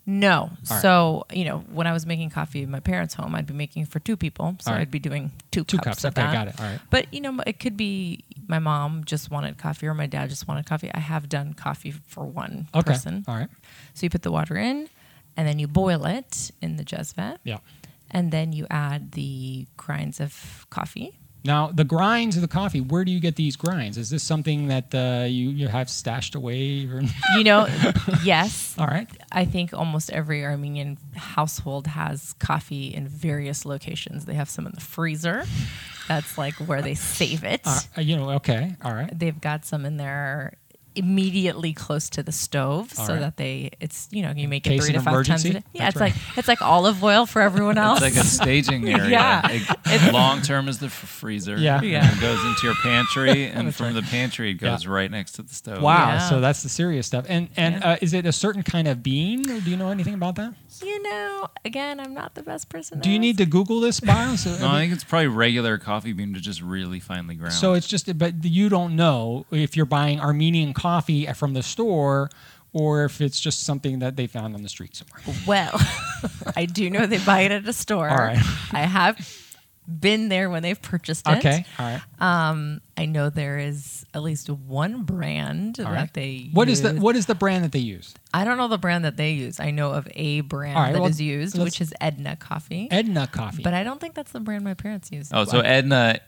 [SPEAKER 4] no.
[SPEAKER 1] right.
[SPEAKER 4] So, you know, when I was making coffee in my parents' home, I'd be making for two people. So
[SPEAKER 1] All right.
[SPEAKER 4] I'd be doing two,
[SPEAKER 1] Two
[SPEAKER 4] cups.
[SPEAKER 1] cups.
[SPEAKER 4] of
[SPEAKER 1] Okay,
[SPEAKER 4] that.
[SPEAKER 1] got it. All right.
[SPEAKER 4] But, you know, it could be my mom just wanted coffee or my dad just wanted coffee. I have done coffee for one
[SPEAKER 1] Okay.
[SPEAKER 4] person.
[SPEAKER 1] All right.
[SPEAKER 4] So you put the water in and then you boil it in the jezve.
[SPEAKER 1] Yeah.
[SPEAKER 4] And then you add the grinds of coffee.
[SPEAKER 1] Now the grinds of the coffee. Where do you get these grinds? Is this something that uh, you you have stashed away? Or,
[SPEAKER 4] You know, yes,
[SPEAKER 1] all right.
[SPEAKER 4] I think almost every Armenian household has coffee in various locations. They have some in the freezer. That's like where they save it.
[SPEAKER 1] Uh, you know. Okay. All right.
[SPEAKER 4] They've got some in there immediately close to the stove
[SPEAKER 1] All
[SPEAKER 4] so
[SPEAKER 1] right.
[SPEAKER 4] that they it's you know, you make
[SPEAKER 1] Case
[SPEAKER 4] it three to
[SPEAKER 1] of
[SPEAKER 4] five
[SPEAKER 1] emergency?
[SPEAKER 4] times a day. Yeah,
[SPEAKER 1] That's
[SPEAKER 4] it's
[SPEAKER 1] right.
[SPEAKER 4] like it's like olive oil for everyone else.
[SPEAKER 2] It's like a staging area.
[SPEAKER 4] Yeah.
[SPEAKER 2] long term is the f- freezer.
[SPEAKER 1] Yeah.
[SPEAKER 2] And
[SPEAKER 4] Yeah.
[SPEAKER 2] It goes into your pantry, and from the pantry, it goes
[SPEAKER 1] Yeah.
[SPEAKER 2] right next to the stove.
[SPEAKER 1] Wow.
[SPEAKER 4] Oh, Yeah.
[SPEAKER 1] So that's the serious stuff. And and
[SPEAKER 4] Yeah.
[SPEAKER 1] uh, is it a certain kind of bean? Do you know anything about that?
[SPEAKER 4] you know, again, I'm not the best person.
[SPEAKER 1] Do you
[SPEAKER 4] ask.
[SPEAKER 1] need to Google this, Miles? I
[SPEAKER 2] No,
[SPEAKER 1] mean-
[SPEAKER 2] I think it's probably regular coffee bean to just really finely ground.
[SPEAKER 1] So it's just, but you don't know if you're buying Armenian coffee from the store or if it's just something that they found on the street somewhere.
[SPEAKER 4] Well, I do know they buy it at a store.
[SPEAKER 1] All right.
[SPEAKER 4] I have been there when they've purchased it.
[SPEAKER 1] Okay, all right.
[SPEAKER 4] I know there is at least one brand
[SPEAKER 1] All
[SPEAKER 4] that
[SPEAKER 1] right.
[SPEAKER 4] they
[SPEAKER 1] What is the
[SPEAKER 4] use.
[SPEAKER 1] what is the brand that they use?
[SPEAKER 4] I don't know the brand that they use. I know of a brand
[SPEAKER 1] All
[SPEAKER 4] that
[SPEAKER 1] right,
[SPEAKER 4] is
[SPEAKER 1] well,
[SPEAKER 4] used,
[SPEAKER 1] let's-
[SPEAKER 4] which is Edna Coffee.
[SPEAKER 1] Edna Coffee.
[SPEAKER 4] but I don't think that's the brand my parents use.
[SPEAKER 2] oh, so Edna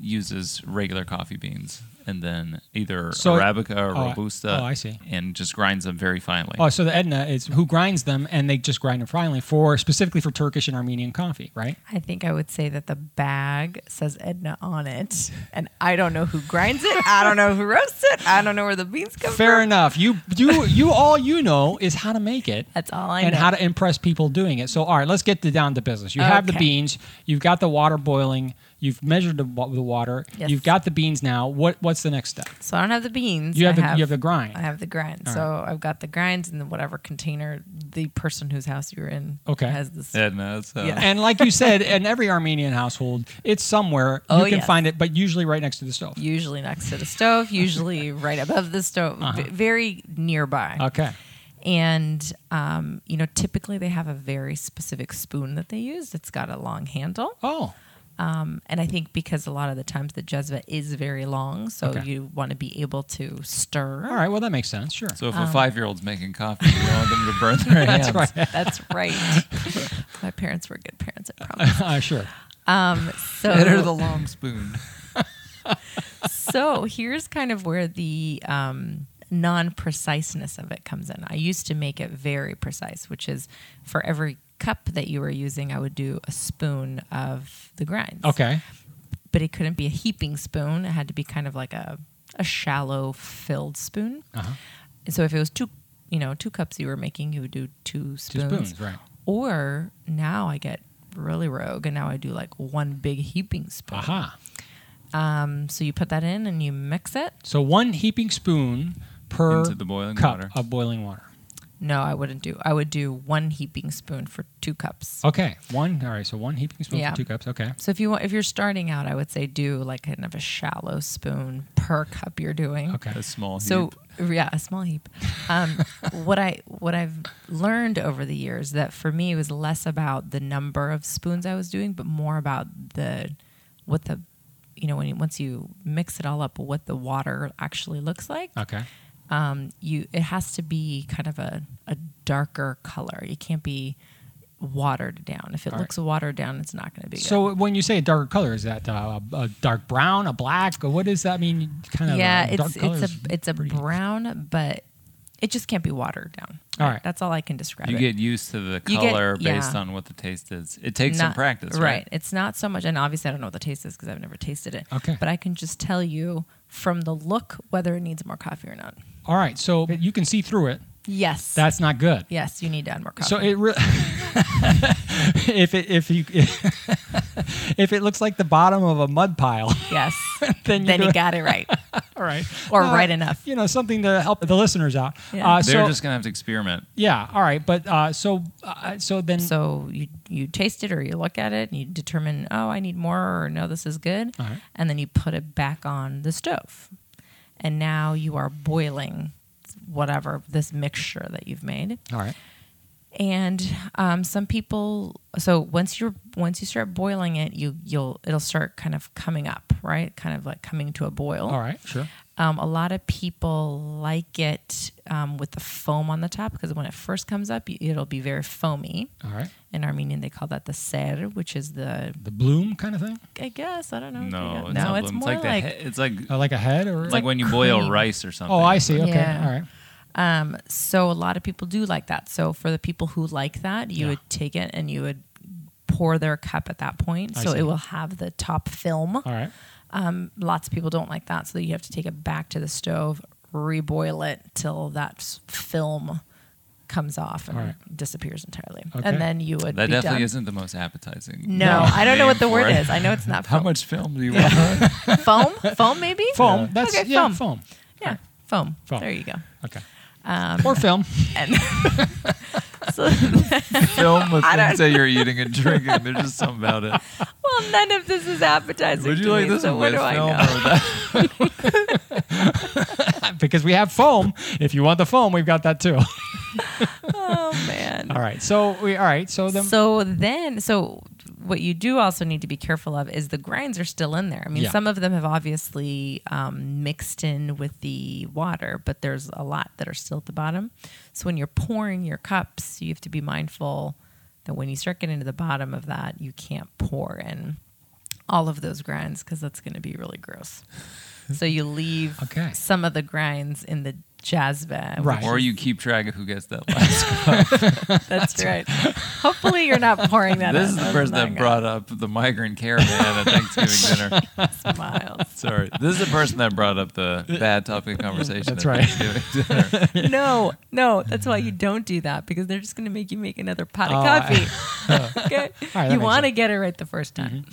[SPEAKER 2] uses regular coffee beans and then either
[SPEAKER 1] So-
[SPEAKER 2] Arabica or
[SPEAKER 1] oh, I-
[SPEAKER 2] Robusta.
[SPEAKER 1] oh, I see.
[SPEAKER 2] And just grinds them very finely.
[SPEAKER 1] oh, so the Edna is who grinds them, and they just grind them finely for specifically for Turkish and Armenian coffee, right?
[SPEAKER 4] I think I would say that the bag says Edna on it, and I don't know who grinds it. I don't know who roasts it. I don't know where the beans come
[SPEAKER 1] Fair
[SPEAKER 4] from.
[SPEAKER 1] enough. You you you all you know is how to make it.
[SPEAKER 4] That's all I
[SPEAKER 1] and
[SPEAKER 4] know.
[SPEAKER 1] how to impress people doing it. So, all right, let's get to down to business. You have the
[SPEAKER 4] Okay.
[SPEAKER 1] beans. You've got the water boiling. You've measured the, wa- the water.
[SPEAKER 4] Yes.
[SPEAKER 1] You've got the beans now. What what's the next step?
[SPEAKER 4] So I don't have the beans.
[SPEAKER 1] You have
[SPEAKER 4] I
[SPEAKER 1] the- you have the grind.
[SPEAKER 4] I have the grind. so I've got the grinds in the whatever container the person whose house you're in
[SPEAKER 1] Okay.
[SPEAKER 4] has this.
[SPEAKER 2] Edna. So.
[SPEAKER 4] Yeah.
[SPEAKER 1] And like you said, in every Armenian household, it's somewhere
[SPEAKER 4] Oh,
[SPEAKER 1] you can
[SPEAKER 4] yes.
[SPEAKER 1] find it, but usually right next to the stove.
[SPEAKER 4] Usually next to the stove, usually right above the stove, v- very nearby.
[SPEAKER 1] Uh-huh. Okay.
[SPEAKER 4] And, um, you know, typically they have a very specific spoon that they use. It's got a long handle.
[SPEAKER 1] Oh,
[SPEAKER 4] Um, and I think because a lot of the times the jezva is very long, so
[SPEAKER 1] Okay.
[SPEAKER 4] you want to be able to stir.
[SPEAKER 1] all right. Well, that makes sense. Sure.
[SPEAKER 2] So if a five year old's making coffee, you don't want them to burn their hands.
[SPEAKER 1] That's right.
[SPEAKER 4] Um, That's right. My parents were good parents, I promise.
[SPEAKER 1] Uh, sure.
[SPEAKER 4] Um, so
[SPEAKER 2] Better the long spoon.
[SPEAKER 4] so here's kind of where the um, non-preciseness of it comes in. I used to make it very precise, which is for every cup that you were using, I would do a spoon of the grinds.
[SPEAKER 1] Okay.
[SPEAKER 4] But it couldn't be a heaping spoon. It had to be kind of like a, a shallow filled spoon.
[SPEAKER 1] Uh-huh.
[SPEAKER 4] And so if it was two, you know, two cups you were making, you would do two
[SPEAKER 1] Two
[SPEAKER 4] spoons.
[SPEAKER 1] spoons, right.
[SPEAKER 4] Or now I get really rogue and now I do like one big heaping spoon.
[SPEAKER 1] Aha.
[SPEAKER 4] Um, so you put that in and you mix it.
[SPEAKER 1] So one heaping spoon per
[SPEAKER 2] Into the boiling
[SPEAKER 1] cup
[SPEAKER 2] water.
[SPEAKER 1] of boiling water.
[SPEAKER 4] No, I wouldn't do. I would do one heaping spoon for two cups.
[SPEAKER 1] Okay. One. All right. So one heaping spoon
[SPEAKER 4] Yeah.
[SPEAKER 1] for two cups. Okay.
[SPEAKER 4] So if you want, if you're starting out, I would say do like kind of a shallow spoon per cup you're doing.
[SPEAKER 1] Okay.
[SPEAKER 2] A small
[SPEAKER 4] So
[SPEAKER 2] heap.
[SPEAKER 4] yeah, a small heap. Um, what I what I've learned over the years that for me it was less about the number of spoons I was doing, but more about the what the you know, when you, once you mix it all up, what the water actually looks like.
[SPEAKER 1] Okay.
[SPEAKER 4] um, you it has to be kind of a, a darker color. It can't be watered down. If it
[SPEAKER 1] All right.
[SPEAKER 4] looks watered down, it's not going to be good.
[SPEAKER 1] So when you say a darker color, is that uh, a, a dark brown, a black? Or what does that mean? Kind of
[SPEAKER 4] yeah,
[SPEAKER 1] uh, dark
[SPEAKER 4] it's
[SPEAKER 1] colors.
[SPEAKER 4] it's a it's a
[SPEAKER 1] pretty-
[SPEAKER 4] brown, but it just can't be watered down.
[SPEAKER 1] All right.
[SPEAKER 4] that's all I can describe.
[SPEAKER 2] You
[SPEAKER 4] it.
[SPEAKER 2] get used to the
[SPEAKER 4] You get-
[SPEAKER 2] color based
[SPEAKER 4] yeah.
[SPEAKER 2] on what the taste is. It takes some
[SPEAKER 4] Not-
[SPEAKER 2] practice, right?
[SPEAKER 4] It's not so much, and obviously I don't know what the taste is because I've never tasted it.
[SPEAKER 1] Okay.
[SPEAKER 4] but I can just tell you from the look whether it needs more coffee or not.
[SPEAKER 1] All right, so you can see through it.
[SPEAKER 4] Yes.
[SPEAKER 1] That's not good.
[SPEAKER 4] yes, you need to add more coffee.
[SPEAKER 1] So it really, if it if you if it looks like the bottom of a mud pile,
[SPEAKER 4] yes,
[SPEAKER 1] then you
[SPEAKER 4] then
[SPEAKER 1] do
[SPEAKER 4] you
[SPEAKER 1] it.
[SPEAKER 4] got it right.
[SPEAKER 1] all right
[SPEAKER 4] or
[SPEAKER 1] Uh,
[SPEAKER 4] right enough.
[SPEAKER 1] You know, something to help the listeners out.
[SPEAKER 4] Yeah.
[SPEAKER 1] Uh,
[SPEAKER 2] They're
[SPEAKER 1] so
[SPEAKER 2] just gonna have to experiment.
[SPEAKER 1] yeah, all right, but uh, so uh, so then
[SPEAKER 4] So you you taste it or you look at it and you determine, oh, I need more or no, this is good,
[SPEAKER 1] All right.
[SPEAKER 4] and then you put it back on the stove, and now you are boiling whatever this mixture that you've made.
[SPEAKER 1] all right,
[SPEAKER 4] And um, some people, so once you're once you start boiling it, you you'll it'll start kind of coming up, right? Kind of like coming to a boil.
[SPEAKER 1] all right, sure.
[SPEAKER 4] Um, a lot of people like it um, with the foam on the top because when it first comes up, y- it'll be very foamy.
[SPEAKER 1] All right,
[SPEAKER 4] In Armenian, they call that the ser, which is the
[SPEAKER 1] the bloom kind of thing,
[SPEAKER 4] I guess I don't know.
[SPEAKER 2] No, it's
[SPEAKER 4] no,
[SPEAKER 2] not
[SPEAKER 4] it's
[SPEAKER 2] bloom.
[SPEAKER 4] more
[SPEAKER 2] it's like,
[SPEAKER 4] like,
[SPEAKER 2] the, he- it's like
[SPEAKER 1] uh, like a head or
[SPEAKER 2] like, when you boil
[SPEAKER 4] cream.
[SPEAKER 2] rice or something.
[SPEAKER 1] oh, I see. Okay,
[SPEAKER 4] Yeah.
[SPEAKER 1] all right.
[SPEAKER 4] um, so. A lot of people do like that. So for the people who like that, you
[SPEAKER 1] Yeah.
[SPEAKER 4] would take it and you would pour their cup at that point.
[SPEAKER 1] I
[SPEAKER 4] so
[SPEAKER 1] see.
[SPEAKER 4] it will have the top film.
[SPEAKER 1] All right.
[SPEAKER 4] Lots of people don't like that, so you have to take it back to the stove, reboil it till that s- film comes off and
[SPEAKER 1] All right.
[SPEAKER 4] disappears entirely,
[SPEAKER 1] Okay.
[SPEAKER 4] and then you would
[SPEAKER 2] That
[SPEAKER 4] be
[SPEAKER 2] definitely
[SPEAKER 4] done.
[SPEAKER 2] isn't the most appetizing.
[SPEAKER 4] No, I don't know
[SPEAKER 2] name
[SPEAKER 4] what the
[SPEAKER 2] for
[SPEAKER 4] word
[SPEAKER 2] it.
[SPEAKER 4] is. I know it's not
[SPEAKER 2] How
[SPEAKER 4] foam.
[SPEAKER 2] much film do you want?
[SPEAKER 4] foam? Foam maybe?
[SPEAKER 1] Foam. That's
[SPEAKER 4] Okay,
[SPEAKER 1] yeah,
[SPEAKER 4] foam.
[SPEAKER 1] foam.
[SPEAKER 4] Yeah, foam.
[SPEAKER 1] Foam.
[SPEAKER 4] There you go.
[SPEAKER 1] Okay.
[SPEAKER 4] Um,
[SPEAKER 1] or film.
[SPEAKER 4] And so,
[SPEAKER 2] film with
[SPEAKER 4] I don't-
[SPEAKER 2] things that you're eating and drinking. There's just something about it.
[SPEAKER 4] well, none of this is appetizing.
[SPEAKER 2] Would you
[SPEAKER 4] to
[SPEAKER 2] like
[SPEAKER 4] me,
[SPEAKER 2] this
[SPEAKER 4] so
[SPEAKER 2] one
[SPEAKER 4] what
[SPEAKER 2] with
[SPEAKER 4] do I
[SPEAKER 2] film
[SPEAKER 4] know?
[SPEAKER 2] or that?
[SPEAKER 1] because we have foam. If you want the foam, we've got that too.
[SPEAKER 4] Oh man.
[SPEAKER 1] all right. So we all right. So then
[SPEAKER 4] So then, so what you do also need to be careful of is the grinds are still in there. I mean,
[SPEAKER 1] Yeah.
[SPEAKER 4] some of them have obviously um, mixed in with the water, but there's a lot that are still at the bottom. So when you're pouring your cups, you have to be mindful that when you start getting to the bottom of that, you can't pour in all of those grinds because that's going to be really gross. so you leave
[SPEAKER 1] Okay.
[SPEAKER 4] some of the grinds in the jasba, which
[SPEAKER 1] Right.
[SPEAKER 2] Or you keep track of who gets that last.
[SPEAKER 4] That's right. Hopefully, you're not pouring that.
[SPEAKER 2] this is
[SPEAKER 4] in.
[SPEAKER 2] the
[SPEAKER 4] That's
[SPEAKER 2] person
[SPEAKER 4] not
[SPEAKER 2] that
[SPEAKER 4] good.
[SPEAKER 2] brought up the migrant caravan at Thanksgiving dinner.
[SPEAKER 4] Miles.
[SPEAKER 2] Sorry. This is the person that brought up the bad topic of conversation.
[SPEAKER 1] Uh, That's
[SPEAKER 2] at
[SPEAKER 1] right.
[SPEAKER 2] Thanksgiving dinner.
[SPEAKER 4] No, no, that's why you don't do that because they're just going to make you make another pot
[SPEAKER 1] Oh,
[SPEAKER 4] of coffee. okay,
[SPEAKER 1] that
[SPEAKER 4] you
[SPEAKER 1] makes
[SPEAKER 4] want
[SPEAKER 1] sense.
[SPEAKER 4] to
[SPEAKER 1] Mm-hmm.
[SPEAKER 4] get it right the first time.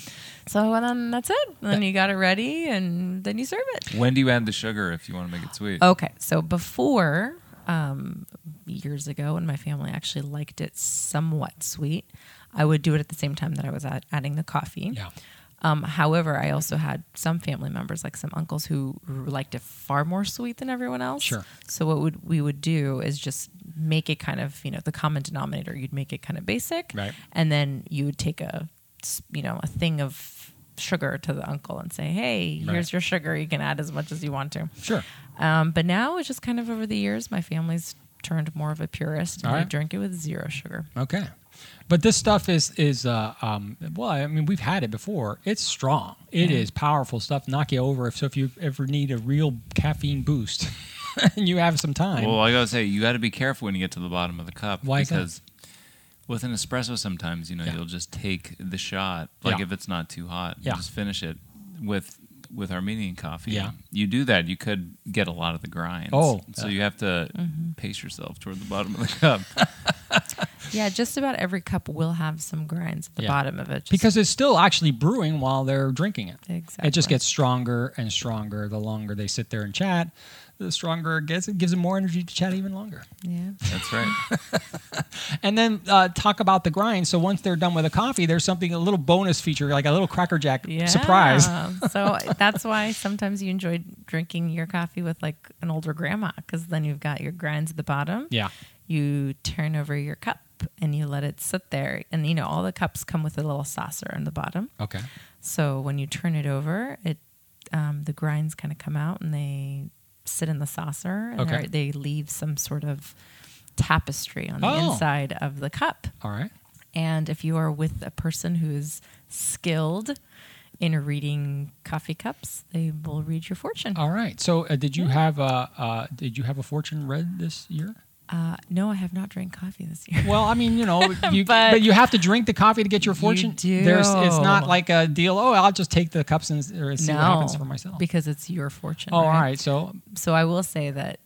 [SPEAKER 4] So and then that's it. And then you got it ready, and then you serve it.
[SPEAKER 2] When do you add the sugar if you want to make it sweet?
[SPEAKER 4] Okay, so before um, years ago, when my family actually liked it somewhat sweet, I would do it at the same time that I was add- adding the coffee.
[SPEAKER 1] yeah.
[SPEAKER 4] Um, however, I also had some family members, like some uncles, who liked it far more sweet than everyone else.
[SPEAKER 1] Sure.
[SPEAKER 4] So what would we would do is just make it kind of you know the common denominator. You'd make it kind of basic,
[SPEAKER 1] Right.
[SPEAKER 4] And then you would take a s- you know a thing of sugar to the uncle and say, hey,
[SPEAKER 1] Right.
[SPEAKER 4] here's your sugar. You can add as much as you want to.
[SPEAKER 1] Sure.
[SPEAKER 4] Um, but now it's just kind of over the years, my family's turned more of a purist, and
[SPEAKER 1] All
[SPEAKER 4] they
[SPEAKER 1] right.
[SPEAKER 4] drink it with zero sugar.
[SPEAKER 1] Okay. But this stuff is is uh, um, well, I mean, we've had it before. It's strong. It is powerful stuff. Knock you over. If so, if you ever need a real caffeine boost, and you have some time,
[SPEAKER 2] Well, I gotta say, you got to be careful when you get to the bottom of the cup
[SPEAKER 1] Why is that?
[SPEAKER 2] because with an espresso, sometimes you know
[SPEAKER 1] Yeah.
[SPEAKER 2] you'll just take the shot, like
[SPEAKER 1] Yeah.
[SPEAKER 2] if it's not too hot, you
[SPEAKER 1] Yeah.
[SPEAKER 2] just finish it with with Armenian coffee.
[SPEAKER 1] Yeah.
[SPEAKER 2] you do that, you could get a lot of the grinds.
[SPEAKER 1] Oh,
[SPEAKER 2] so
[SPEAKER 1] yeah.
[SPEAKER 2] you have to
[SPEAKER 4] Mm-hmm.
[SPEAKER 2] pace yourself toward the bottom of the cup.
[SPEAKER 4] Yeah, just about every cup will have some grinds at the
[SPEAKER 1] Yeah.
[SPEAKER 4] bottom of it. just
[SPEAKER 1] because it's still actually brewing while they're drinking it. It
[SPEAKER 4] Exactly.
[SPEAKER 1] just gets stronger and stronger the longer they sit there and chat. The stronger it gets, it gives them more energy to chat even longer.
[SPEAKER 4] Yeah.
[SPEAKER 2] That's right.
[SPEAKER 1] And then uh, talk about the grind. So once they're done with the coffee, there's something a little bonus feature, like a little cracker jack surprise.
[SPEAKER 4] so that's why sometimes you enjoy drinking your coffee with like an older grandma because then you've got your grinds at the bottom.
[SPEAKER 1] Yeah.
[SPEAKER 4] You turn over your
[SPEAKER 1] Oh.
[SPEAKER 4] cup and you let it sit there. And you know, all the cups come with a little saucer in the bottom.
[SPEAKER 1] Okay.
[SPEAKER 4] So when you turn it over, it um, the grinds kind of come out and they sit in the saucer and
[SPEAKER 1] Okay.
[SPEAKER 4] they're- they leave some sort of tapestry on the
[SPEAKER 1] Oh.
[SPEAKER 4] inside of the cup.
[SPEAKER 1] All right.
[SPEAKER 4] And if you are with a person who's skilled in reading coffee cups, they will read your fortune.
[SPEAKER 1] All right. So, uh, did you have a uh, did you have a fortune read this year?
[SPEAKER 4] Uh, no, I have not drank coffee this year.
[SPEAKER 1] Well, I mean, you know, you, but,
[SPEAKER 4] But-
[SPEAKER 1] you have to drink the coffee to get your fortune.
[SPEAKER 4] do.
[SPEAKER 1] it's not like a deal. Oh, I'll just take the cups and s- or see what happens for myself.
[SPEAKER 4] because it's your fortune.
[SPEAKER 1] oh, all right. So,
[SPEAKER 4] So I will say that,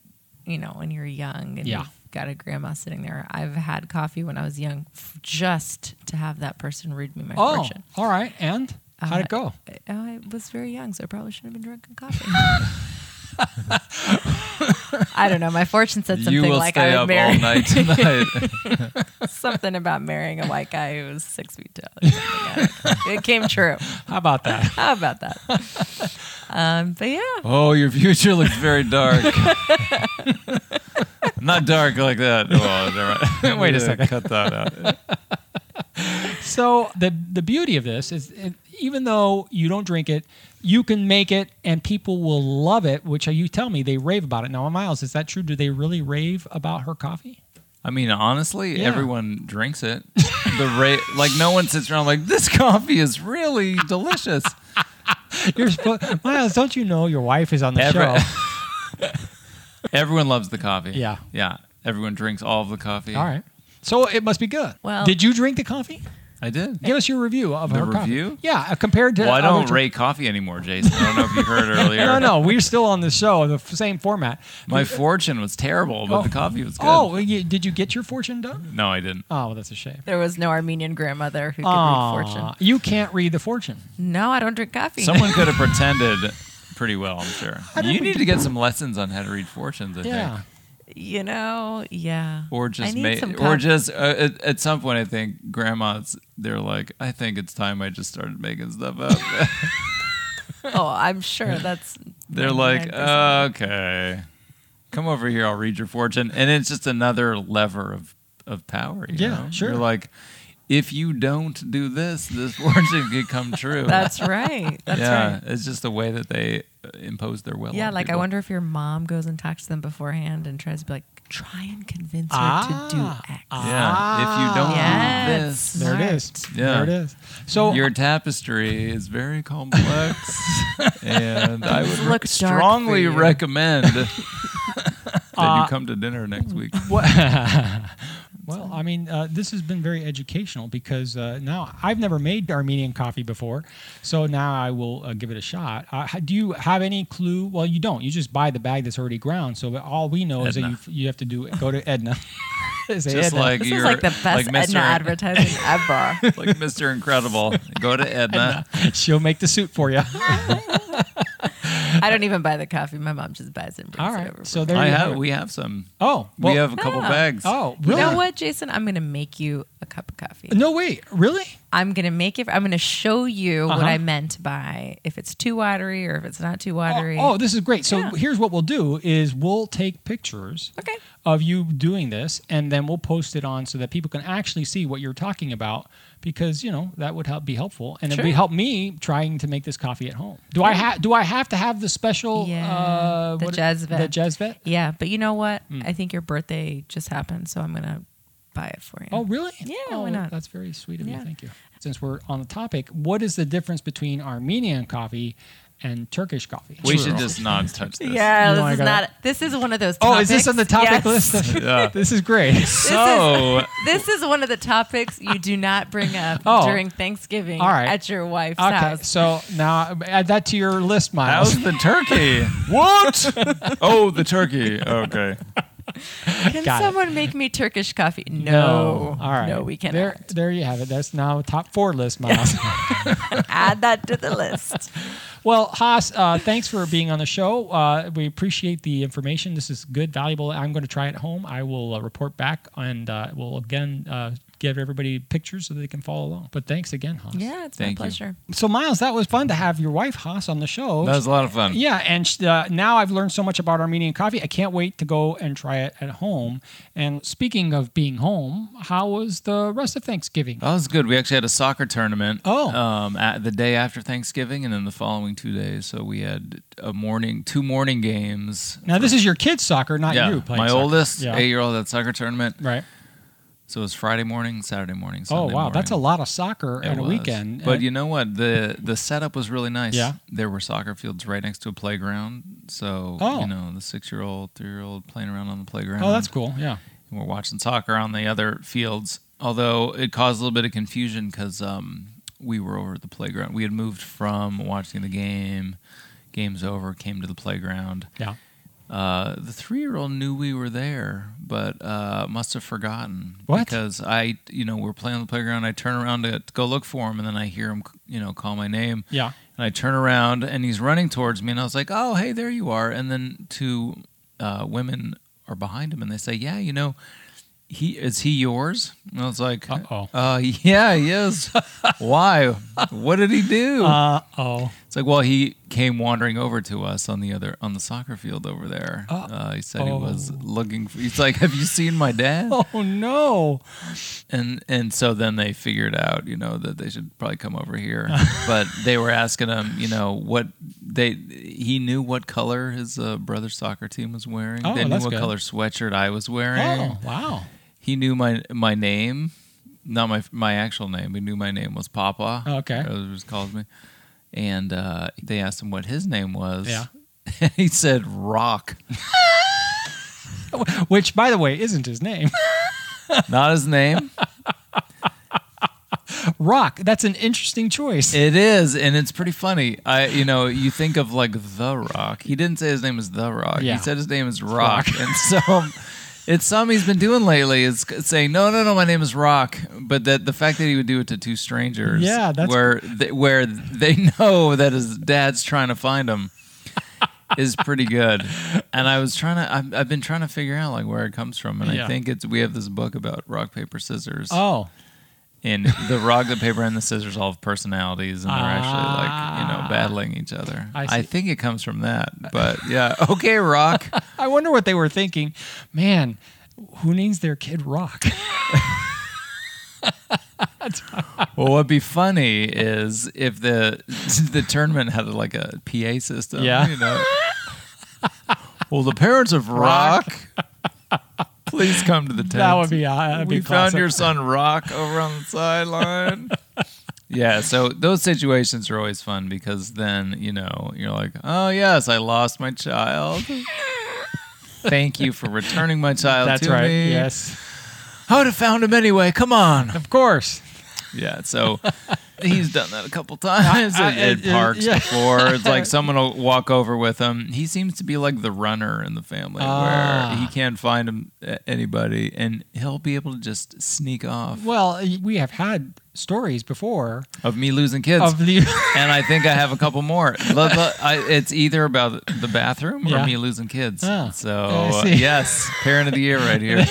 [SPEAKER 4] you know, when you're young and
[SPEAKER 1] Yeah.
[SPEAKER 4] you've got a grandma sitting there, I've had coffee when I was young f- just to have that person read me my
[SPEAKER 1] oh,
[SPEAKER 4] fortune.
[SPEAKER 1] all right. And how'd it
[SPEAKER 4] Uh,
[SPEAKER 1] go?
[SPEAKER 4] I was very young, so I probably shouldn't have been drinking coffee. I don't know. My fortune said something
[SPEAKER 2] you will
[SPEAKER 4] like
[SPEAKER 2] stay
[SPEAKER 4] I
[SPEAKER 2] up
[SPEAKER 4] would marry
[SPEAKER 2] all night tonight.
[SPEAKER 4] something about marrying a white guy who was six feet tall. or something. I don't know. It came true.
[SPEAKER 1] How about that?
[SPEAKER 4] How about that? Um, but yeah,
[SPEAKER 2] oh, your future looks very dark. Not dark like that. Oh, never mind.
[SPEAKER 1] Wait a
[SPEAKER 2] Yeah,
[SPEAKER 1] second.
[SPEAKER 2] Cut that out.
[SPEAKER 1] So the the beauty of this is, it, even though you don't drink it, you can make it, and people will love it. Which uh, you tell me they rave about it. Now, Miles, is that true? Do they really rave about her coffee?
[SPEAKER 2] I mean, honestly,
[SPEAKER 1] Yeah.
[SPEAKER 2] everyone drinks it. The rate, like, no one sits around like this coffee is really delicious.
[SPEAKER 1] You're supposed, Miles, don't you know your wife is on the
[SPEAKER 2] Ever-
[SPEAKER 1] show?
[SPEAKER 2] Everyone loves the coffee.
[SPEAKER 1] Yeah.
[SPEAKER 2] yeah. Everyone drinks all of the coffee.
[SPEAKER 1] All right. So it must be good.
[SPEAKER 4] Well- Eh.
[SPEAKER 1] did you drink the coffee?
[SPEAKER 2] I did.
[SPEAKER 1] Give us your review of
[SPEAKER 2] The
[SPEAKER 1] her coffee.
[SPEAKER 2] review?
[SPEAKER 1] Yeah, uh, compared to.
[SPEAKER 2] Well, I
[SPEAKER 1] other
[SPEAKER 2] don't
[SPEAKER 1] dr-
[SPEAKER 2] rate coffee anymore, Jason. I don't know if you heard earlier.
[SPEAKER 1] No, no, we're still on the show, the f- same format.
[SPEAKER 2] My fortune was terrible, but
[SPEAKER 1] Oh.
[SPEAKER 2] the coffee was good.
[SPEAKER 1] Oh, well, you, did you get your fortune done?
[SPEAKER 2] no, I didn't.
[SPEAKER 1] Oh, well, that's a shame.
[SPEAKER 4] there was no Armenian grandmother who could read fortune.
[SPEAKER 1] Aw, You can't read the fortune.
[SPEAKER 4] No, I don't drink coffee.
[SPEAKER 2] Someone could have pretended pretty well, I'm sure.
[SPEAKER 1] didn't
[SPEAKER 2] You need to get some lessons on how to read fortunes, I
[SPEAKER 1] Yeah.
[SPEAKER 2] think.
[SPEAKER 4] you know, yeah.
[SPEAKER 2] Or
[SPEAKER 4] I
[SPEAKER 2] just,
[SPEAKER 4] need
[SPEAKER 2] ma-
[SPEAKER 4] some
[SPEAKER 2] or
[SPEAKER 4] coffee.
[SPEAKER 2] just uh, at, at some point, I think grandmas, they're like, I think it's time I just started making stuff up.
[SPEAKER 4] Oh, I'm sure that's.
[SPEAKER 2] they're like, uh,
[SPEAKER 4] 99%.
[SPEAKER 2] okay, come over here, I'll read your fortune. And it's just another lever of, of power. you
[SPEAKER 1] Yeah,
[SPEAKER 2] know?
[SPEAKER 1] sure.
[SPEAKER 2] You're like, if you don't do this, this fortune could come true.
[SPEAKER 4] That's right. That's
[SPEAKER 2] yeah,
[SPEAKER 4] right.
[SPEAKER 2] it's just the way that they uh, impose their will.
[SPEAKER 4] Yeah,
[SPEAKER 2] on
[SPEAKER 4] like I
[SPEAKER 2] people.
[SPEAKER 4] wonder if your mom goes and talks to them beforehand and tries to be like, try and convince her to
[SPEAKER 1] Ah,
[SPEAKER 4] do X.
[SPEAKER 1] ah.
[SPEAKER 2] Yeah, if you don't do
[SPEAKER 4] Yes.
[SPEAKER 2] this,
[SPEAKER 1] There it is.
[SPEAKER 4] Smart.
[SPEAKER 2] Yeah.
[SPEAKER 1] There it is. So
[SPEAKER 2] Your tapestry is very complex, and I would
[SPEAKER 4] Look dark
[SPEAKER 2] rec-
[SPEAKER 4] for
[SPEAKER 2] strongly
[SPEAKER 4] you.
[SPEAKER 2] recommend that
[SPEAKER 1] Ah.
[SPEAKER 2] you come to dinner next week.
[SPEAKER 1] Well, I mean, uh, this has been very educational because uh, now I've never made Armenian coffee before, so now I will uh, give it a shot. Uh, ha- do you have any clue? Well, you don't. You just buy the bag that's already ground. So all we know is that
[SPEAKER 2] Edna.
[SPEAKER 1] you, you have to do go to Edna. Say
[SPEAKER 2] Just
[SPEAKER 1] Edna.
[SPEAKER 2] like
[SPEAKER 4] This
[SPEAKER 2] you're
[SPEAKER 4] is like the best
[SPEAKER 2] like Mr.
[SPEAKER 4] Edna advertising ever.
[SPEAKER 2] like Mr. Incredible. Go to Edna.
[SPEAKER 1] she'll make the suit for you.
[SPEAKER 4] I don't even buy the coffee. My mom just buys it and brings
[SPEAKER 1] all
[SPEAKER 4] it
[SPEAKER 1] right.
[SPEAKER 4] over.
[SPEAKER 1] So
[SPEAKER 4] for me.
[SPEAKER 1] there
[SPEAKER 2] I
[SPEAKER 1] you
[SPEAKER 2] have.
[SPEAKER 1] go.
[SPEAKER 2] We have some.
[SPEAKER 1] oh, well,
[SPEAKER 2] we have a couple
[SPEAKER 4] Yeah.
[SPEAKER 2] bags.
[SPEAKER 1] Oh,
[SPEAKER 4] you
[SPEAKER 1] really?
[SPEAKER 4] know what, Jason? I'm going to make you a cup of coffee.
[SPEAKER 1] No, wait, really?
[SPEAKER 4] I'm gonna make it. I'm gonna show you
[SPEAKER 1] Uh-huh.
[SPEAKER 4] what I meant by if it's too watery or if it's not too watery.
[SPEAKER 1] Oh, oh, this is great. So
[SPEAKER 4] Yeah.
[SPEAKER 1] here's what we'll do: is we'll take pictures.
[SPEAKER 4] okay.
[SPEAKER 1] of you doing this and then we'll post it on so that people can actually see what you're talking about because you know that would help be helpful and it'd be
[SPEAKER 4] Sure.
[SPEAKER 1] help me trying to make this coffee at home do i have do i have to have the special
[SPEAKER 4] Yeah,
[SPEAKER 1] uh
[SPEAKER 4] the
[SPEAKER 1] what-
[SPEAKER 4] Jezvet.
[SPEAKER 1] the jezvet
[SPEAKER 4] Yeah, but you know what?
[SPEAKER 1] Mm.
[SPEAKER 4] I think your birthday just happened, so I'm gonna buy it for you.
[SPEAKER 1] oh really
[SPEAKER 4] Yeah,
[SPEAKER 1] oh,
[SPEAKER 4] why not?
[SPEAKER 1] that's very sweet of you
[SPEAKER 4] Yeah.
[SPEAKER 1] thank you since we're on the topic what is the difference between armenian coffee and turkish coffee
[SPEAKER 2] We should just not touch this.
[SPEAKER 4] yeah,
[SPEAKER 1] You
[SPEAKER 4] this
[SPEAKER 1] wanna
[SPEAKER 4] is
[SPEAKER 1] go-
[SPEAKER 4] not. This is one of those.
[SPEAKER 1] oh is
[SPEAKER 4] topics.
[SPEAKER 1] this on the topic
[SPEAKER 4] Yes.
[SPEAKER 1] list
[SPEAKER 2] Yeah.
[SPEAKER 1] this is great
[SPEAKER 2] So
[SPEAKER 4] This is one of the topics you do not bring up
[SPEAKER 1] Oh.
[SPEAKER 4] during Thanksgiving
[SPEAKER 1] All right.
[SPEAKER 4] at your wife's
[SPEAKER 1] okay
[SPEAKER 4] house.
[SPEAKER 1] so now add that to your list miles
[SPEAKER 2] how's the turkey? what? Oh, the turkey. Okay.
[SPEAKER 4] Can
[SPEAKER 1] got it.
[SPEAKER 4] someone make me Turkish coffee? No.
[SPEAKER 1] All right.
[SPEAKER 4] No, we cannot.
[SPEAKER 1] There, there you have it. That's now a top four list, Miles.
[SPEAKER 4] Add that to the list.
[SPEAKER 1] well, Haas, uh, thanks for being on the show. Uh, we appreciate the information. This is good, valuable. I'm going to try it at home. I will uh, report back and uh, we'll again uh, give everybody pictures so they can follow along. But thanks again, Haas.
[SPEAKER 4] Yeah, it's
[SPEAKER 2] Thank you.
[SPEAKER 4] my pleasure.
[SPEAKER 1] So Miles, that was fun to have your wife Haas on the show.
[SPEAKER 2] That was a lot of fun.
[SPEAKER 1] yeah, and sh- uh, now I've learned so much about Armenian coffee. I can't wait to go and try it at home. And speaking of being home, how was the rest of Thanksgiving?
[SPEAKER 2] That was good. We actually had a soccer tournament.
[SPEAKER 1] Oh.
[SPEAKER 2] um, at the day after Thanksgiving, and then the following two days. So we had a morning, two morning games.
[SPEAKER 1] Now this is your kids' soccer, not
[SPEAKER 2] yeah,
[SPEAKER 1] you playing.
[SPEAKER 2] my
[SPEAKER 1] soccer.
[SPEAKER 2] oldest
[SPEAKER 1] Yeah.
[SPEAKER 2] eight-year-old at soccer tournament.
[SPEAKER 1] Right.
[SPEAKER 2] So it was Friday morning, Saturday morning.
[SPEAKER 1] Oh
[SPEAKER 2] Sunday
[SPEAKER 1] wow, that's a
[SPEAKER 2] morning.
[SPEAKER 1] lot of soccer
[SPEAKER 2] It
[SPEAKER 1] at a
[SPEAKER 2] was.
[SPEAKER 1] weekend.
[SPEAKER 2] But
[SPEAKER 1] Uh,
[SPEAKER 2] you know what? The the setup was really nice.
[SPEAKER 1] Yeah.
[SPEAKER 2] There were soccer fields right next to a playground. So
[SPEAKER 1] Oh.
[SPEAKER 2] you know, the six year old, three year old playing around on the playground.
[SPEAKER 1] oh, that's cool. Yeah.
[SPEAKER 2] And we're watching soccer on the other fields. Although it caused a little bit of confusion because um, we were over at the playground. We had moved from watching the game, games over, came to the playground.
[SPEAKER 1] Yeah.
[SPEAKER 2] Uh, the three-year-old knew we were there, but uh, must have forgotten
[SPEAKER 1] What?
[SPEAKER 2] because I, you know, we're playing on the playground. I turn around to, to go look for him, and then I hear him, you know, call my name.
[SPEAKER 1] Yeah.
[SPEAKER 2] And I turn around, and he's running towards me, and I was like, "Oh, hey, there you are!" And then two uh, women are behind him, and they say, "Yeah, you know." He is he yours? And I was like,
[SPEAKER 1] Uh-oh.
[SPEAKER 2] uh, yeah, he is. Why? What did he do?
[SPEAKER 1] Uh oh.
[SPEAKER 2] It's like, well, he came wandering over to us on the other on the soccer field over there.
[SPEAKER 1] Uh,
[SPEAKER 2] Uh, he said he was
[SPEAKER 1] oh.
[SPEAKER 2] looking. For, he's like, have you seen my dad?
[SPEAKER 1] Oh no.
[SPEAKER 2] And and so then they figured out, you know, that they should probably come over here. but they were asking him, you know, what they he knew what color his uh, brother's soccer team was wearing.
[SPEAKER 1] Oh,
[SPEAKER 2] they knew
[SPEAKER 1] that's
[SPEAKER 2] what
[SPEAKER 1] good.
[SPEAKER 2] color sweatshirt I was wearing.
[SPEAKER 1] Oh wow.
[SPEAKER 2] He knew my my name, not my my actual name. He knew my name was Papa.
[SPEAKER 1] Oh, Okay.
[SPEAKER 2] That was what he called me. And uh, they asked him what his name was.
[SPEAKER 1] Yeah.
[SPEAKER 2] And he said Rock,
[SPEAKER 1] Which, by the way, isn't his name.
[SPEAKER 2] not his name.
[SPEAKER 1] Rock. That's an interesting choice.
[SPEAKER 2] it is, and it's pretty funny. I, you know, you think of like The Rock. He didn't say his name is The Rock.
[SPEAKER 1] Yeah.
[SPEAKER 2] He said his name is Rock, and so. It's something he's been doing lately is saying no, no, no. My name is Rock, but that the fact that he would do it to two strangers,
[SPEAKER 1] Yeah, that's-
[SPEAKER 2] where they, where they know that his dad's trying to find him, is pretty good. And I was trying to, I've, I've been trying to figure out like where it comes from, and
[SPEAKER 1] Yeah.
[SPEAKER 2] I think it's we have this book about rock paper scissors,
[SPEAKER 1] oh.
[SPEAKER 2] and the rock, the paper, and the scissors all have personalities, and they're actually like you know battling each
[SPEAKER 1] Ah.
[SPEAKER 2] other.
[SPEAKER 1] I
[SPEAKER 2] I,
[SPEAKER 1] see.
[SPEAKER 2] think it comes from that, but yeah, okay, rock.
[SPEAKER 1] I wonder what they were thinking. Man, who names their kid Rock?
[SPEAKER 2] well, what'd be funny is if the the tournament had like a PA system,
[SPEAKER 1] Yeah.
[SPEAKER 2] you know. well, the parents of
[SPEAKER 1] Rock.
[SPEAKER 2] rock. Please come to the tent.
[SPEAKER 1] That would be. Uh, that'd
[SPEAKER 2] we
[SPEAKER 1] be
[SPEAKER 2] found
[SPEAKER 1] classic.
[SPEAKER 2] your son Rock over on the sideline. yeah, so those situations are always fun because then, you know, you're like, oh, yes, I lost my child. Thank you for returning my child
[SPEAKER 1] That's
[SPEAKER 2] to
[SPEAKER 1] right.
[SPEAKER 2] me.
[SPEAKER 1] Yes.
[SPEAKER 2] I would have found him anyway. Come on.
[SPEAKER 1] Of course.
[SPEAKER 2] Yeah, so he's done that a couple times
[SPEAKER 1] I-
[SPEAKER 2] at, at
[SPEAKER 1] I-
[SPEAKER 2] parks
[SPEAKER 1] yeah.
[SPEAKER 2] before. It's like someone will walk over with him. He seems to be like the runner in the family
[SPEAKER 1] Ah.
[SPEAKER 2] where he can't find him anybody and he'll be able to just sneak off.
[SPEAKER 1] Well, we have had stories before
[SPEAKER 2] of me losing kids.
[SPEAKER 1] of the.
[SPEAKER 2] and I think I have a couple more. Lo- lo- I- it's either about the bathroom or
[SPEAKER 1] Yeah.
[SPEAKER 2] me losing kids.
[SPEAKER 1] Oh,
[SPEAKER 2] so uh,
[SPEAKER 1] I see.
[SPEAKER 2] yes, parent of the year right here.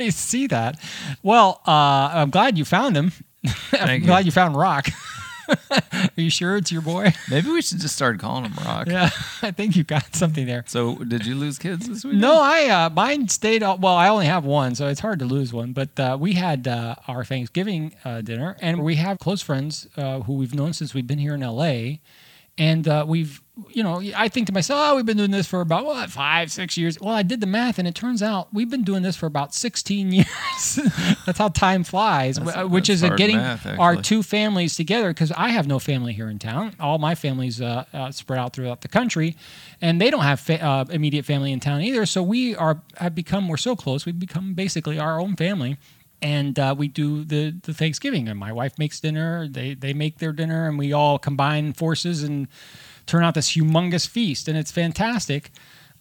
[SPEAKER 1] I see that. Well, uh, I'm glad you found him. I'm
[SPEAKER 2] Thank you.
[SPEAKER 1] glad you found Rock. Are you sure it's your boy?
[SPEAKER 2] Maybe we should just start calling him Rock.
[SPEAKER 1] Yeah, I think you got something there.
[SPEAKER 2] So did you lose kids this week?
[SPEAKER 1] No, I uh, mine stayed. All, well, I only have one, so it's hard to lose one. But uh, we had uh, our Thanksgiving uh, dinner, and we have close friends uh, who we've known since we've been here in LA, and uh, we've. You know, I think to myself, oh, we've been doing this for about what five, six years. Well, I did the math, and it turns out we've been doing this for about sixteen years. that's how time flies,
[SPEAKER 2] That's-
[SPEAKER 1] which
[SPEAKER 2] that's
[SPEAKER 1] is uh,
[SPEAKER 2] hard
[SPEAKER 1] getting
[SPEAKER 2] math,
[SPEAKER 1] our
[SPEAKER 2] actually.
[SPEAKER 1] two families together because I have no family here in town. All my family's uh, uh, spread out throughout the country, and they don't have fa- uh, immediate family in town either. So we are have become we're so close. We've become basically our own family, and uh, we do the the Thanksgiving. And my wife makes dinner. They they make their dinner, and we all combine forces and turn out this humongous feast, and it's fantastic.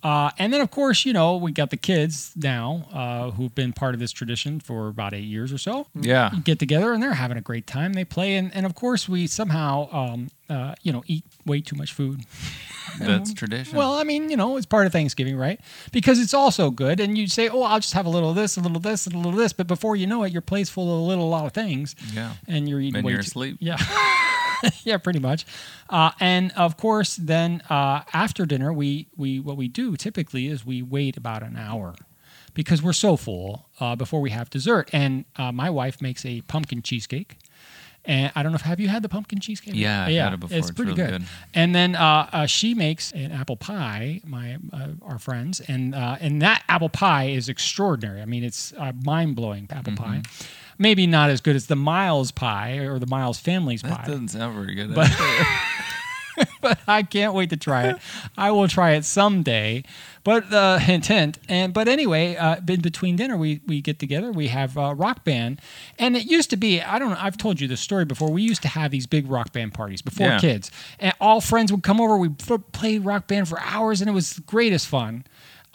[SPEAKER 1] Uh, and then, of course, you know, we got the kids now uh, who've been part of this tradition for about eight years or so.
[SPEAKER 2] Yeah.
[SPEAKER 1] Get together and they're having a great time. They play. And, and of course, we somehow, um, uh, you know, eat way too much food.
[SPEAKER 2] That's tradition.
[SPEAKER 1] Well, I mean, you know, it's part of Thanksgiving, right? Because it's also good. And you say, oh, I'll just have a little of this, a little of this, and a little of this. But before you know it, your plate's full of a little lot of things.
[SPEAKER 2] Yeah.
[SPEAKER 1] And you're eating
[SPEAKER 2] And
[SPEAKER 1] way
[SPEAKER 2] you're
[SPEAKER 1] too-
[SPEAKER 2] asleep.
[SPEAKER 1] Yeah. yeah, pretty much. Uh, and of course, then uh, after dinner, we, we what we do typically is we wait about an hour because we're so full uh, before we have dessert. And uh, my wife makes a pumpkin cheesecake. And I don't know if have you had the pumpkin cheesecake?
[SPEAKER 2] Yeah, I've
[SPEAKER 1] yeah,
[SPEAKER 2] had it before.
[SPEAKER 1] It's
[SPEAKER 2] It's
[SPEAKER 1] pretty
[SPEAKER 2] really
[SPEAKER 1] good.
[SPEAKER 2] good.
[SPEAKER 1] And then uh, uh, she makes an apple pie. My uh, our friends and uh, and that apple pie is extraordinary. I mean, it's uh, mind blowing apple pie. Maybe not as good as the Miles pie or the Miles family's
[SPEAKER 2] That
[SPEAKER 1] pie.
[SPEAKER 2] doesn't sound very good.
[SPEAKER 1] But-
[SPEAKER 2] actually.
[SPEAKER 1] but I can't wait to try it. I will try it someday. But uh, hint, hint. And but anyway, uh, in between dinner, we we get together. We have uh, rock band, and it used to be. I don't know. I've told you this story before. We used to have these big rock band parties before
[SPEAKER 2] Yeah.
[SPEAKER 1] kids, and all friends would come over. We f- play rock band for hours, and it was the greatest fun.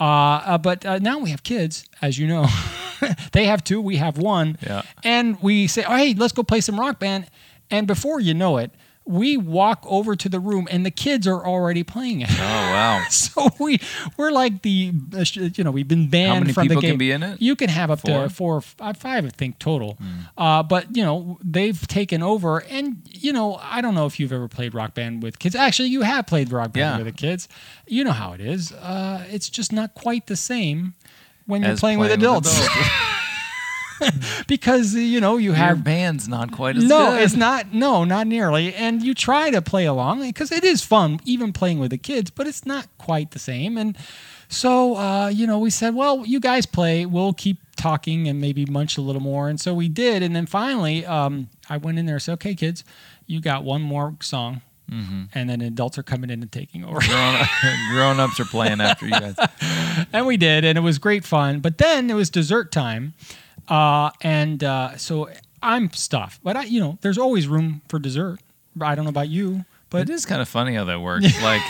[SPEAKER 1] Uh, uh, but uh, now we have kids, as you know. they have two, we have one.
[SPEAKER 2] Yeah.
[SPEAKER 1] And we say, oh, hey, let's go play some rock band. And before you know it, we walk over to the room and the kids are already playing it.
[SPEAKER 2] oh wow.
[SPEAKER 1] So we we're like the uh, sh- you know we've been banned
[SPEAKER 2] many
[SPEAKER 1] from the
[SPEAKER 2] people can
[SPEAKER 1] game.
[SPEAKER 2] be in it?
[SPEAKER 1] You can have up to
[SPEAKER 2] Four? Hmm.
[SPEAKER 1] four, or f- uh, five, I think total. Uh, but you know they've taken over, and you know I don't know if you've ever played Rock Band with kids. Actually, you have played Rock Band
[SPEAKER 2] Yeah.
[SPEAKER 1] with the kids. You know how it is. Uh, it's just not quite the same when you're
[SPEAKER 2] As
[SPEAKER 1] playing, with adults, because you know you
[SPEAKER 2] Your
[SPEAKER 1] have
[SPEAKER 2] band's not quite as
[SPEAKER 1] no,
[SPEAKER 2] good.
[SPEAKER 1] it's not. No, not nearly. And you try to play along because it is fun, even playing with the kids, but it's not quite the same. And so, uh, you know, we said, well, you guys play, we'll keep talking and maybe munch a little more. And so we did. And then finally, um, I went in there and said, okay, kids, you got one more song.
[SPEAKER 2] Mm-hmm.
[SPEAKER 1] And then adults are coming in and taking over.
[SPEAKER 2] Grown, grown ups are playing after you guys.
[SPEAKER 1] and we did, and it was great fun. But then it was dessert time, uh, and uh, so I'm stuffed. But I, you know, there's always room for dessert. I don't know about you, but
[SPEAKER 2] it is kind of funny how that works. like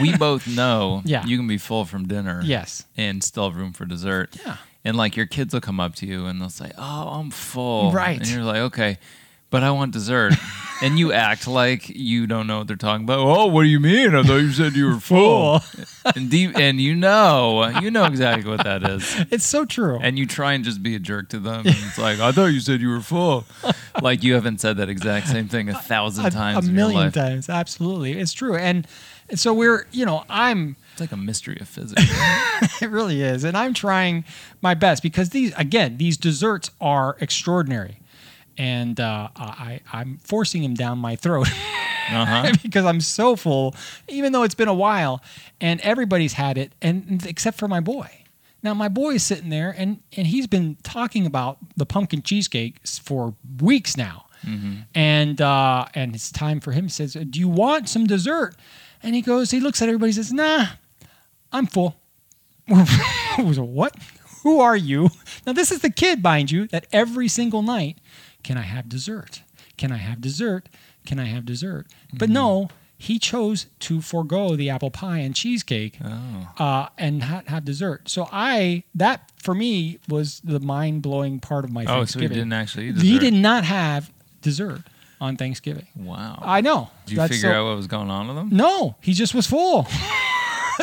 [SPEAKER 2] we both know
[SPEAKER 1] Yeah.
[SPEAKER 2] you can be full from dinner.
[SPEAKER 1] yes,
[SPEAKER 2] And still have room for dessert.
[SPEAKER 1] Yeah.
[SPEAKER 2] And like your kids will come up to you and they'll say, Oh, I'm full.
[SPEAKER 1] Right.
[SPEAKER 2] And you're like, okay, but I want dessert. and you act like you don't know what they're talking about. Oh, what do you mean? I thought you said you were full. and deep and you know, you know exactly what that is.
[SPEAKER 1] it's so true.
[SPEAKER 2] and you try and just be a jerk to them. And it's like, I thought you said you were full. like you haven't said that exact same thing a thousand
[SPEAKER 1] a,
[SPEAKER 2] times.
[SPEAKER 1] a
[SPEAKER 2] in
[SPEAKER 1] million
[SPEAKER 2] your life.
[SPEAKER 1] times, absolutely, it's true. And and so we're, you know, I'm.
[SPEAKER 2] It's like a mystery of physics.
[SPEAKER 1] It really is, and I'm trying my best because these, again, these desserts are extraordinary, and uh, I, I'm forcing them down my throat.
[SPEAKER 2] uh huh.
[SPEAKER 1] because I'm so full, even though it's been a while, and everybody's had it, and except for my boy. Now my boy is sitting there, and and he's been talking about the pumpkin cheesecake s- for weeks now, and uh, and it's time for him. He says, "Do you want some dessert?" And he goes, he looks at everybody, says, "Nah, I'm full." I was like, what? Who are you? Now, this is the kid, mind you, that every single night, can I have dessert? Can I have dessert? Can I have dessert? But no,
[SPEAKER 2] Mm-hmm.
[SPEAKER 1] he chose to forego the apple pie and cheesecake
[SPEAKER 2] Oh.
[SPEAKER 1] uh, and ha- have dessert. So I, that for me was the mind blowing part of my
[SPEAKER 2] Oh, so he
[SPEAKER 1] Thanksgiving.
[SPEAKER 2] didn't actually eat dessert.
[SPEAKER 1] He did not have dessert on Thanksgiving.
[SPEAKER 2] Wow.
[SPEAKER 1] I know.
[SPEAKER 2] Did you
[SPEAKER 1] That's
[SPEAKER 2] figure
[SPEAKER 1] so-
[SPEAKER 2] out what was going on with him?
[SPEAKER 1] No, he just was full.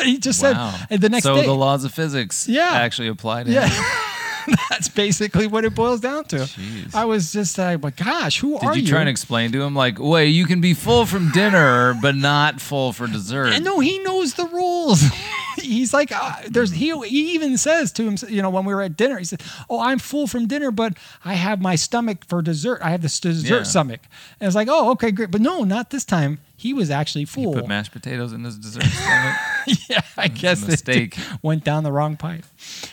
[SPEAKER 1] he just
[SPEAKER 2] wow.
[SPEAKER 1] said the next
[SPEAKER 2] so
[SPEAKER 1] day.
[SPEAKER 2] the laws of physics
[SPEAKER 1] Yeah.
[SPEAKER 2] actually apply to him.
[SPEAKER 1] Yeah. That's basically what it boils down to.
[SPEAKER 2] Jeez.
[SPEAKER 1] I was just like, but gosh, who
[SPEAKER 2] Did
[SPEAKER 1] are
[SPEAKER 2] you,
[SPEAKER 1] you?
[SPEAKER 2] try and explain to him like, wait, you can be full from dinner, but not full for dessert?
[SPEAKER 1] and no, he knows the rules. He's like, uh, there's he, he even says to himself, you know, when we were at dinner, he said, "Oh, I'm full from dinner, but I have my stomach for dessert. I have this dessert
[SPEAKER 2] Yeah.
[SPEAKER 1] stomach." And it's like, "Oh, okay, great," but no, not this time. He was actually full.
[SPEAKER 2] Put mashed potatoes in his dessert stomach.
[SPEAKER 1] yeah, I guess it
[SPEAKER 2] mistake.
[SPEAKER 1] went down the wrong pipe.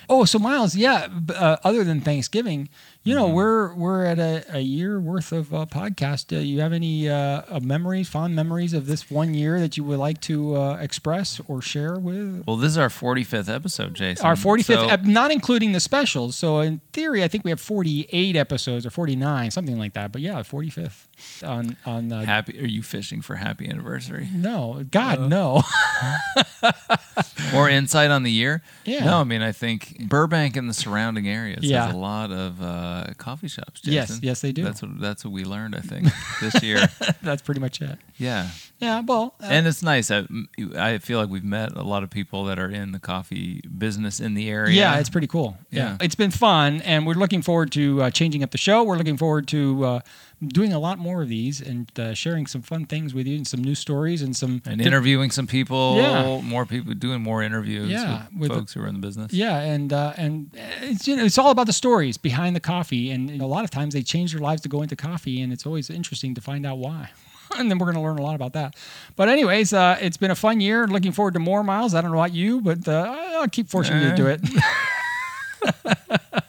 [SPEAKER 1] Oh, so Miles, yeah. b- Uh, other than Thanksgiving, you know, we're we're at a, a year worth of uh, podcast. Uh, you have any uh, uh, memories, fond memories of this one year that you would like to uh, express or share with?
[SPEAKER 2] Well, this is our 45th episode, Jason.
[SPEAKER 1] Our 45th,
[SPEAKER 2] Mm, So-
[SPEAKER 1] ep- not including the specials. So, in theory, I think we have 48 episodes or 49, something like that. But yeah, 45th on, on uh,
[SPEAKER 2] happy? Are you fishing for happy anniversary?
[SPEAKER 1] no, God, no.
[SPEAKER 2] More insight on the year?
[SPEAKER 1] Yeah.
[SPEAKER 2] No, I mean I think Burbank and the surrounding areas
[SPEAKER 1] Yeah.
[SPEAKER 2] has a lot of uh, coffee shops. Jason.
[SPEAKER 1] Yes, yes, they do.
[SPEAKER 2] That's what that's what we learned. I think this year.
[SPEAKER 1] That's pretty much it.
[SPEAKER 2] Yeah,
[SPEAKER 1] Yeah, well, uh,
[SPEAKER 2] and it's nice. I, I feel like we've met a lot of people that are in the coffee business in the area.
[SPEAKER 1] Yeah, it's pretty cool. Yeah.
[SPEAKER 2] Yeah.
[SPEAKER 1] It's been fun, and we're looking forward to uh, changing up the show. We're looking forward to uh, doing a lot more of these and uh, sharing some fun things with you and some new stories and some.
[SPEAKER 2] and interviewing some people.
[SPEAKER 1] Yeah.
[SPEAKER 2] more people doing more interviews.
[SPEAKER 1] Yeah,
[SPEAKER 2] with,
[SPEAKER 1] with
[SPEAKER 2] folks who are in the business.
[SPEAKER 1] Yeah, and uh, and it's you know, it's all about the stories behind the coffee, and a lot of times they change their lives to go into coffee, and it's always interesting to find out why. and then we're going to learn a lot about that. But anyways, uh, it's been a fun year. Looking forward to more miles. I don't know about you, but uh, I'll keep forcing you to do it.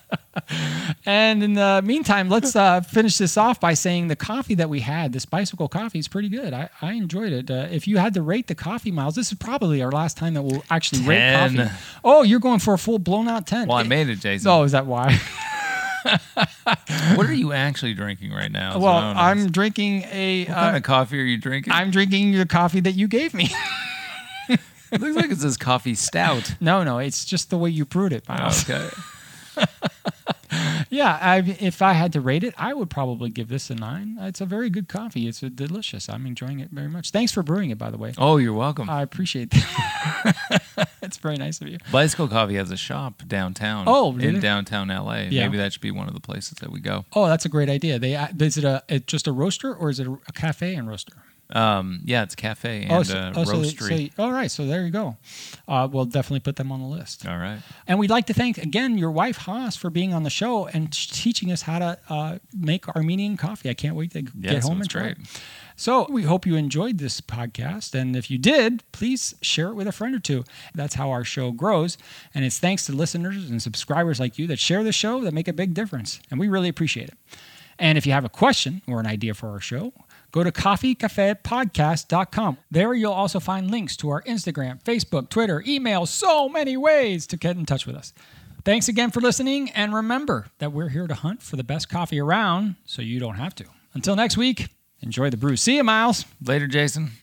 [SPEAKER 1] And in the meantime, let's uh, finish this off by saying the coffee that we had, this bicycle coffee, is pretty good. I, I enjoyed it. Uh, if you had to rate the coffee miles, this is probably our last time that we'll actually rate
[SPEAKER 2] Ten.
[SPEAKER 1] coffee. Oh, you're going for a full blown out 10.
[SPEAKER 2] Well, I made it, Jason.
[SPEAKER 1] Oh, is that why?
[SPEAKER 2] What are you actually drinking right now? is
[SPEAKER 1] well,
[SPEAKER 2] what I wanna ask.
[SPEAKER 1] I'm drinking a.
[SPEAKER 2] What kind
[SPEAKER 1] Uh,
[SPEAKER 2] of coffee are you drinking?
[SPEAKER 1] I'm drinking the coffee that you gave me.
[SPEAKER 2] it looks like it says coffee stout.
[SPEAKER 1] no, no, it's just the way you brewed it, Miles.
[SPEAKER 2] Okay.
[SPEAKER 1] Yeah, I, if I had to rate it, I would probably give this a nine. It's a very good coffee. It's uh delicious. I'm enjoying it very much. Thanks for brewing it, by the way.
[SPEAKER 2] Oh, you're welcome.
[SPEAKER 1] I appreciate that. That's very nice of you.
[SPEAKER 2] Bicycle Coffee has a shop downtown.
[SPEAKER 1] Oh, do they?
[SPEAKER 2] in downtown LA.
[SPEAKER 1] Yeah.
[SPEAKER 2] Maybe that should be one of the places that we go.
[SPEAKER 1] Oh, that's a great idea. They uh, is it a it just a roaster or is it a cafe and roaster?
[SPEAKER 2] Um, yeah, it's cafe and
[SPEAKER 1] oh, so,
[SPEAKER 2] uh,
[SPEAKER 1] oh, so-
[SPEAKER 2] roastery.
[SPEAKER 1] so- all right, so there you go. Uh, we'll definitely put them on the list.
[SPEAKER 2] All right.
[SPEAKER 1] And we'd like to thank again your wife Haas for being on the show and t- teaching us how to uh, make Armenian coffee. I can't wait to g-
[SPEAKER 2] Yeah,
[SPEAKER 1] get
[SPEAKER 2] so
[SPEAKER 1] home
[SPEAKER 2] it's
[SPEAKER 1] and try.
[SPEAKER 2] great.
[SPEAKER 1] it. So we hope you enjoyed this podcast, and if you did, please share it with a friend or two. That's how our show grows, and it's thanks to listeners and subscribers like you that share the show that make a big difference, and we really appreciate it. And if you have a question or an idea for our show, go to coffeecafepodcast.com. There you'll also find links to our Instagram, Facebook, Twitter, email, so many ways to get in touch with us. Thanks again for listening, and remember that we're here to hunt for the best coffee around so you don't have to. Until next week, enjoy the brew. See you, Miles.
[SPEAKER 2] Later, Jason.